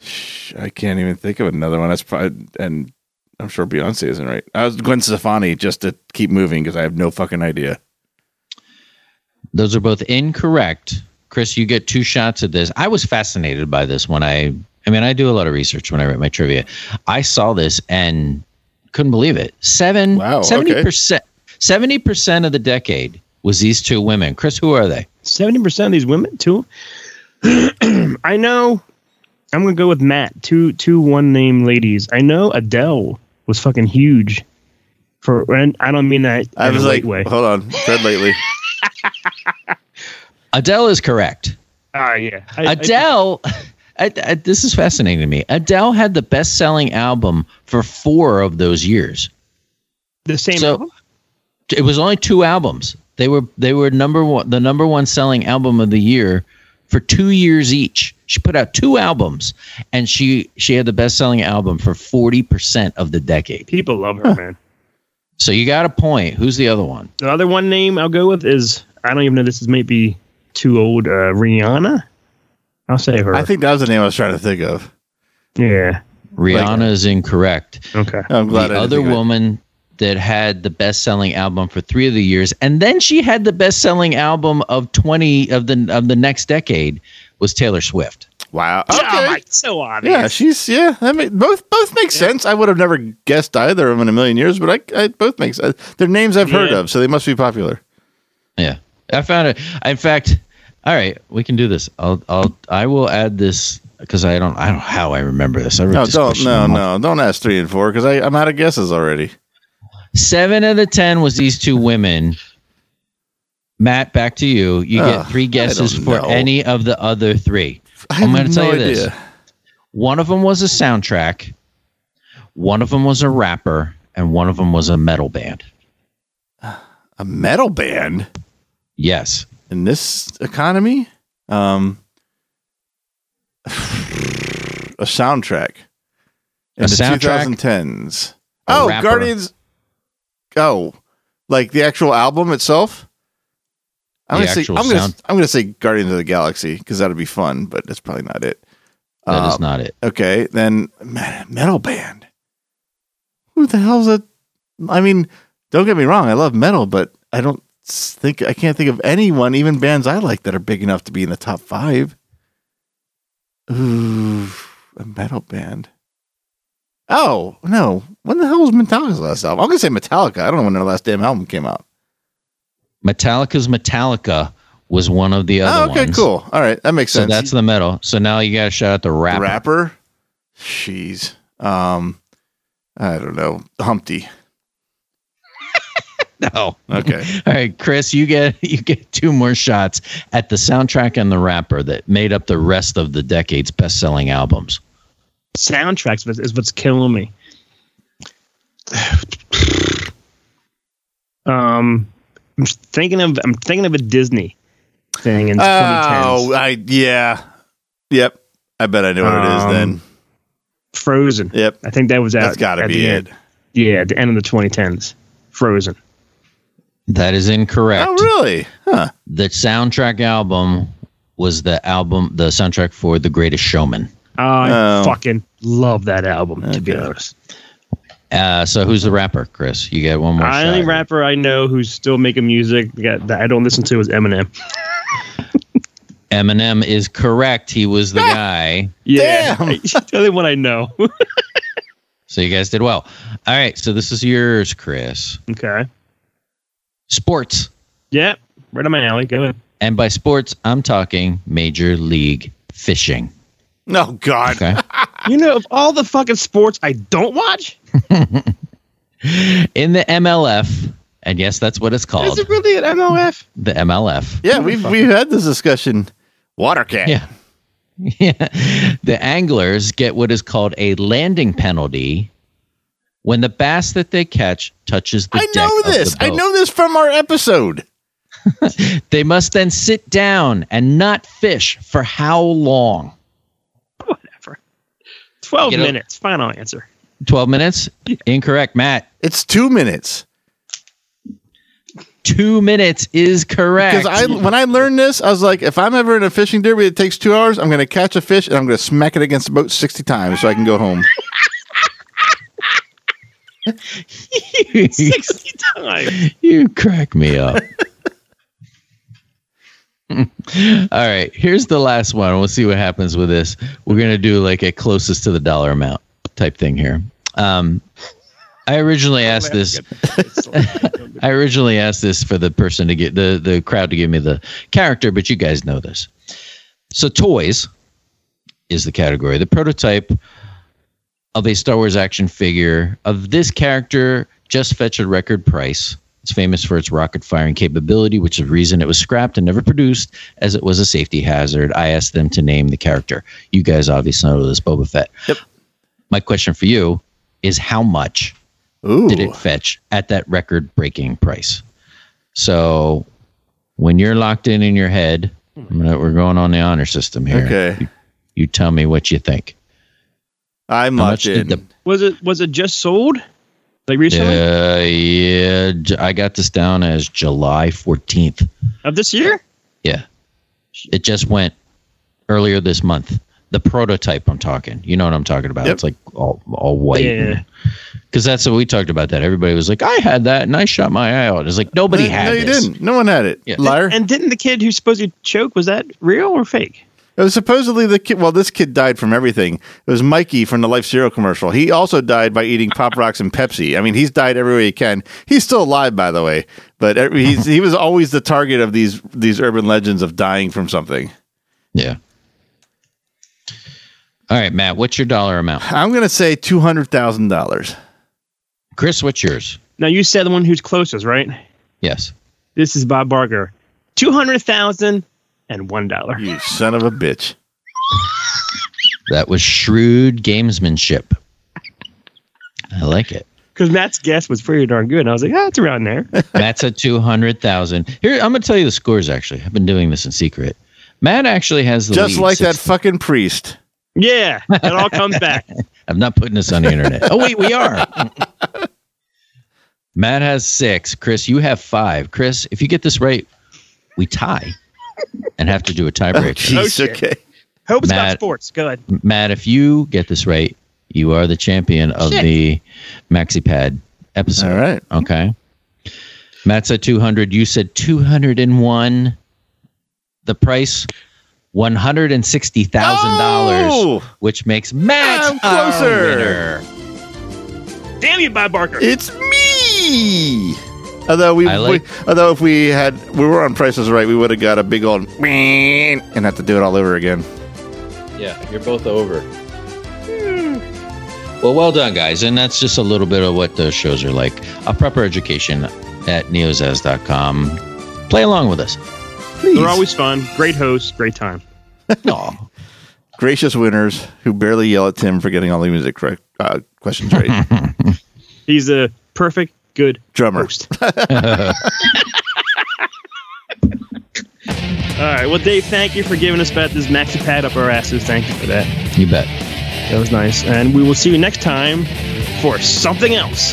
[SPEAKER 4] sh- I can't even think of another one. That's probably and I'm sure Beyonce isn't right. I was Gwen Stefani just to keep moving because I have no fucking idea.
[SPEAKER 1] Those are both incorrect. Chris, you get two shots at this. I was fascinated by this when I I mean, I do a lot of research when I write my trivia. I saw this and couldn't believe it. Seven
[SPEAKER 4] Wow,
[SPEAKER 1] seventy percent seventy percent of the decade was these two women. Chris, who are they?
[SPEAKER 2] seventy percent of these women too. I know. I'm gonna go with Matt. Two two one name ladies. I know Adele was fucking huge. For and I don't mean that.
[SPEAKER 4] I
[SPEAKER 2] in
[SPEAKER 4] was
[SPEAKER 2] a
[SPEAKER 4] like,
[SPEAKER 2] white way.
[SPEAKER 4] hold on, Fred lately.
[SPEAKER 1] Adele is correct.
[SPEAKER 2] Ah, yeah. I- I-
[SPEAKER 1] Adele I, I, this is fascinating to me. Adele had the best selling album for four of those years.
[SPEAKER 2] the same.
[SPEAKER 1] so-
[SPEAKER 2] album?
[SPEAKER 1] it was only two albums. They were they were number one the number one selling album of the year for two years each. She put out two albums and she she had the best selling album for forty percent of the decade.
[SPEAKER 2] People love her, man.
[SPEAKER 1] So you got a point. Who's the other one?
[SPEAKER 2] The other one name I'll go with is I don't even know. This is maybe too old. Uh, Rihanna. I'll say her.
[SPEAKER 4] I think that was the name I was trying to think of.
[SPEAKER 2] yeah.
[SPEAKER 1] Rihanna is incorrect.
[SPEAKER 2] Okay.
[SPEAKER 4] I'm glad
[SPEAKER 1] The
[SPEAKER 4] I didn't
[SPEAKER 1] other
[SPEAKER 4] think of it.
[SPEAKER 1] woman that had the best selling album for three of the years, and then she had the best selling album of twenty of the of the next decade was Taylor Swift.
[SPEAKER 4] Wow.
[SPEAKER 2] Oh,
[SPEAKER 4] Okay.
[SPEAKER 2] my- so obvious.
[SPEAKER 4] Yeah, she's yeah. I mean, both both make sense. I would have never guessed either of them in a million years, but I, I both make sense. They're names I've heard
[SPEAKER 2] Yeah.
[SPEAKER 4] of, so they must be popular.
[SPEAKER 1] Yeah, I found it. In fact, all right, we can do this. I'll, I'll, I will add this because I don't, I don't know how I remember this. I wrote
[SPEAKER 4] No,
[SPEAKER 1] this
[SPEAKER 4] don't
[SPEAKER 1] question
[SPEAKER 4] no
[SPEAKER 1] down.
[SPEAKER 4] no don't ask three and four because I'm out of guesses already.
[SPEAKER 1] Seven of the ten was these two women. Matt, back to you. You
[SPEAKER 4] Ugh,
[SPEAKER 1] get three guesses
[SPEAKER 4] don't
[SPEAKER 1] for
[SPEAKER 4] know.
[SPEAKER 1] any of the other three.
[SPEAKER 4] I
[SPEAKER 1] I'm
[SPEAKER 4] have
[SPEAKER 1] gonna tell
[SPEAKER 4] no
[SPEAKER 1] you this.
[SPEAKER 4] idea.
[SPEAKER 1] One of them was a soundtrack. One of them was a rapper, and one of them was a metal band.
[SPEAKER 4] A metal band
[SPEAKER 1] Yes,
[SPEAKER 4] in this economy. Um, a soundtrack in
[SPEAKER 1] A
[SPEAKER 4] the
[SPEAKER 1] soundtrack?
[SPEAKER 4] 2010s.
[SPEAKER 1] A
[SPEAKER 4] oh,
[SPEAKER 1] rapper.
[SPEAKER 4] Guardians. Oh, like the actual album itself. I'm
[SPEAKER 1] The
[SPEAKER 4] gonna say
[SPEAKER 1] actual
[SPEAKER 4] I'm gonna,
[SPEAKER 1] sound-
[SPEAKER 4] I'm gonna say Guardians of the Galaxy because that'd be fun, but that's probably not it.
[SPEAKER 1] that is
[SPEAKER 4] Uh,
[SPEAKER 1] not it.
[SPEAKER 4] Okay, then me- metal band. Who the hell's a? I mean, don't get me wrong. I love metal, but I don't s- think I can't think of anyone, even bands I like, that are big enough to be in the top five. Ooh, a metal band. Oh no! When the hell was Metallica's last album? I'm gonna say Metallica. I don't know when their last damn album came out.
[SPEAKER 1] Metallica's Metallica was one of the other
[SPEAKER 4] Oh, okay,
[SPEAKER 1] ones.
[SPEAKER 4] cool. All right, that makes
[SPEAKER 1] So
[SPEAKER 4] sense.
[SPEAKER 1] that's the metal. So now you got to shout out the rapper.
[SPEAKER 4] rapper. Jeez. Um, I don't know. Humpty.
[SPEAKER 1] No.
[SPEAKER 4] Okay.
[SPEAKER 1] All right, Chris, you get you get two more shots at the soundtrack and the rapper that made up the rest of the decade's best-selling albums.
[SPEAKER 2] soundtracks is, is what's killing me. um, I'm thinking of I'm thinking of a Disney thing in 2010s.
[SPEAKER 4] Oh, I yeah. Yep. I bet I know what it is
[SPEAKER 2] Um,
[SPEAKER 4] then.
[SPEAKER 2] Frozen.
[SPEAKER 4] Yep.
[SPEAKER 2] I think that was out.
[SPEAKER 4] That's got to
[SPEAKER 2] at
[SPEAKER 4] be
[SPEAKER 2] the
[SPEAKER 4] it.
[SPEAKER 2] end. Yeah, at the end of the 2010s. Frozen.
[SPEAKER 1] That is incorrect.
[SPEAKER 4] Oh, really? Huh.
[SPEAKER 1] The soundtrack album was the album the soundtrack for The Greatest Showman.
[SPEAKER 2] I
[SPEAKER 4] Oh.
[SPEAKER 2] fucking love that album. To be
[SPEAKER 4] Okay.
[SPEAKER 2] honest,
[SPEAKER 1] Uh, so who's the rapper, Chris? You get one more.
[SPEAKER 2] the
[SPEAKER 1] shot
[SPEAKER 2] only
[SPEAKER 1] here.
[SPEAKER 2] rapper I know who's still making music that that I don't listen to is Eminem.
[SPEAKER 1] Eminem is correct. He was
[SPEAKER 4] Ah!
[SPEAKER 1] the guy.
[SPEAKER 2] Yeah,
[SPEAKER 4] Damn.
[SPEAKER 2] the only one I know.
[SPEAKER 1] So you guys did well. All right, so this is yours, Chris.
[SPEAKER 2] okay.
[SPEAKER 1] Sports.
[SPEAKER 2] Yeah, right on my alley. Go ahead.
[SPEAKER 1] And by sports, I'm talking Major League Fishing.
[SPEAKER 4] No, Oh, God.
[SPEAKER 1] Okay.
[SPEAKER 2] You know, of all the fucking sports I don't watch,
[SPEAKER 1] In the MLF, and yes, that's what it's
[SPEAKER 2] is
[SPEAKER 1] called,
[SPEAKER 2] it really an MLF?
[SPEAKER 1] the MLF.
[SPEAKER 4] Yeah, we've we've had this discussion. Water cat.
[SPEAKER 1] Yeah. Yeah. The anglers get what is called a landing penalty when the bass that they catch touches the
[SPEAKER 4] I
[SPEAKER 1] deck of
[SPEAKER 4] know
[SPEAKER 1] the
[SPEAKER 4] this. I
[SPEAKER 1] boat.
[SPEAKER 4] know this from our episode.
[SPEAKER 1] They must then sit down and not fish for how long?
[SPEAKER 2] Whatever. Twelve
[SPEAKER 1] You know-
[SPEAKER 2] minutes. Final answer.
[SPEAKER 1] 12 minutes? Incorrect, Matt.
[SPEAKER 4] It's two minutes.
[SPEAKER 1] 2 minutes is correct.
[SPEAKER 4] Because I when I learned this, I was like, if I'm ever in a fishing derby that takes two hours, I'm gonna catch a fish and I'm gonna smack it against the boat sixty times so I can go home.
[SPEAKER 2] Sixty times.
[SPEAKER 1] You crack me up. All right, here's the last one. We'll see what happens with this. We're going to do like a closest to the dollar amount type thing here. Um, I originally asked this. I originally asked this for the person to get the, the crowd to give me the character, but you guys know this. So, toys is the category. The prototype of a Star Wars action figure of this character just fetched a record price. It's famous for its rocket firing capability, which is the reason it was scrapped and never produced, as it was a safety hazard. I asked them to name the character. You guys obviously know this Boba Fett.
[SPEAKER 4] Yep.
[SPEAKER 1] My question for you is how much
[SPEAKER 4] Ooh.
[SPEAKER 1] did it fetch at that record breaking price? So when you're locked in in your head, I'm gonna, we're going on the honor system here.
[SPEAKER 4] Hmm. Okay.
[SPEAKER 1] You tell me what you think.
[SPEAKER 4] I'm
[SPEAKER 1] How
[SPEAKER 4] locked
[SPEAKER 1] much did
[SPEAKER 4] in.
[SPEAKER 1] the-
[SPEAKER 2] Was it was it just sold? Like recently
[SPEAKER 1] Uh, yeah, j- I got this down as July 14th.
[SPEAKER 2] of this year?
[SPEAKER 1] Yeah. It just went earlier this month. The prototype I'm talking. You know what I'm talking about.
[SPEAKER 4] Yep.
[SPEAKER 1] It's like all all white.
[SPEAKER 2] Yeah.
[SPEAKER 1] Cuz that's what we talked about that. Everybody was like, "I had that and I shot my eye out." It's like nobody
[SPEAKER 4] no,
[SPEAKER 1] had
[SPEAKER 4] no, you
[SPEAKER 1] this.
[SPEAKER 4] didn't. No one had it.
[SPEAKER 1] Yeah.
[SPEAKER 4] Liar.
[SPEAKER 2] And didn't the kid who supposedly choked was that real or fake?
[SPEAKER 4] It was supposedly the kid. Well, this kid died from everything. It was Mikey from the Life Zero commercial. He also died by eating Pop Rocks and Pepsi. I mean, he's died every way he can. He's still alive, by the way. But every, he's, he was always the target of these these urban legends of dying from something.
[SPEAKER 1] Yeah. All right, Matt, what's your dollar amount?
[SPEAKER 4] I'm gonna say two hundred thousand dollars.
[SPEAKER 1] Chris, what's yours?
[SPEAKER 2] Now you said the one who's closest, right?
[SPEAKER 1] Yes.
[SPEAKER 2] This is Bob Barker. Two hundred thousand and one dollar.
[SPEAKER 4] You son of a bitch.
[SPEAKER 1] That was shrewd gamesmanship. I like it.
[SPEAKER 2] Because Matt's guess was pretty darn good. And I was like, ah, it's around there.
[SPEAKER 1] Matt's at 200,000. Here, I'm going to tell you the scores, actually. I've been doing this in secret. Matt actually has the
[SPEAKER 4] Just
[SPEAKER 1] lead,
[SPEAKER 4] like that
[SPEAKER 1] six-
[SPEAKER 4] fucking priest.
[SPEAKER 2] yeah, it all comes back.
[SPEAKER 1] I'm not putting this on the internet. Oh, wait, we are. Matt has six. Chris, you have five. Chris, if you get this right, we tie and have to do a tiebreaker.
[SPEAKER 4] Jeez,
[SPEAKER 2] shit.
[SPEAKER 4] okay.
[SPEAKER 2] Hope's
[SPEAKER 1] Matt-
[SPEAKER 2] about sports. Go ahead.
[SPEAKER 1] Matt, if you get this right, you are the champion of
[SPEAKER 2] Shit.
[SPEAKER 1] the MaxiPad episode.
[SPEAKER 4] All right.
[SPEAKER 1] Okay. Matt said 200. You said 201. The price, $160,000,
[SPEAKER 4] Oh!
[SPEAKER 1] which makes Matt
[SPEAKER 4] I'm
[SPEAKER 1] our
[SPEAKER 4] closer.
[SPEAKER 1] winner.
[SPEAKER 2] Damn you, Bob Barker.
[SPEAKER 4] It's me. Although we,
[SPEAKER 1] I like-
[SPEAKER 4] we- although if we had we were on prices right, we would have got a big old and have to do it all over again.
[SPEAKER 1] Yeah, you're both over.
[SPEAKER 4] Hmm.
[SPEAKER 1] Well, well done, guys. And that's just a little bit of what those shows are like. A proper education at neozaz.com. Play along with us.
[SPEAKER 4] Please.
[SPEAKER 2] They're always fun. Great hosts. Great time.
[SPEAKER 1] Aw.
[SPEAKER 4] gracious winners who barely yell at Tim for getting all the music correct uh, questions right.
[SPEAKER 2] He's a perfect, good
[SPEAKER 4] Drummer.
[SPEAKER 2] host. all right. Well, Dave, thank you for giving us about this maxi pad up our asses. Thank you for that.
[SPEAKER 1] you bet.
[SPEAKER 2] That was nice. And we will see you next time for something else.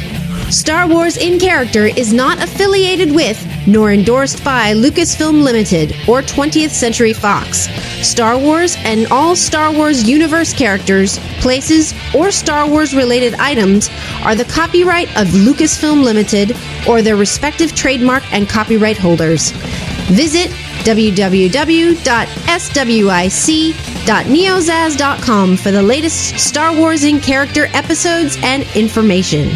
[SPEAKER 3] Star Wars in Character is not affiliated with nor endorsed by Lucasfilm Limited or 20th Century Fox. Star Wars and all Star Wars universe characters, places, or Star Wars related items are the copyright of Lucasfilm Limited or their respective trademark and copyright holders. Visit e www.swic.neozaz.com for the latest Star Wars in character episodes and information.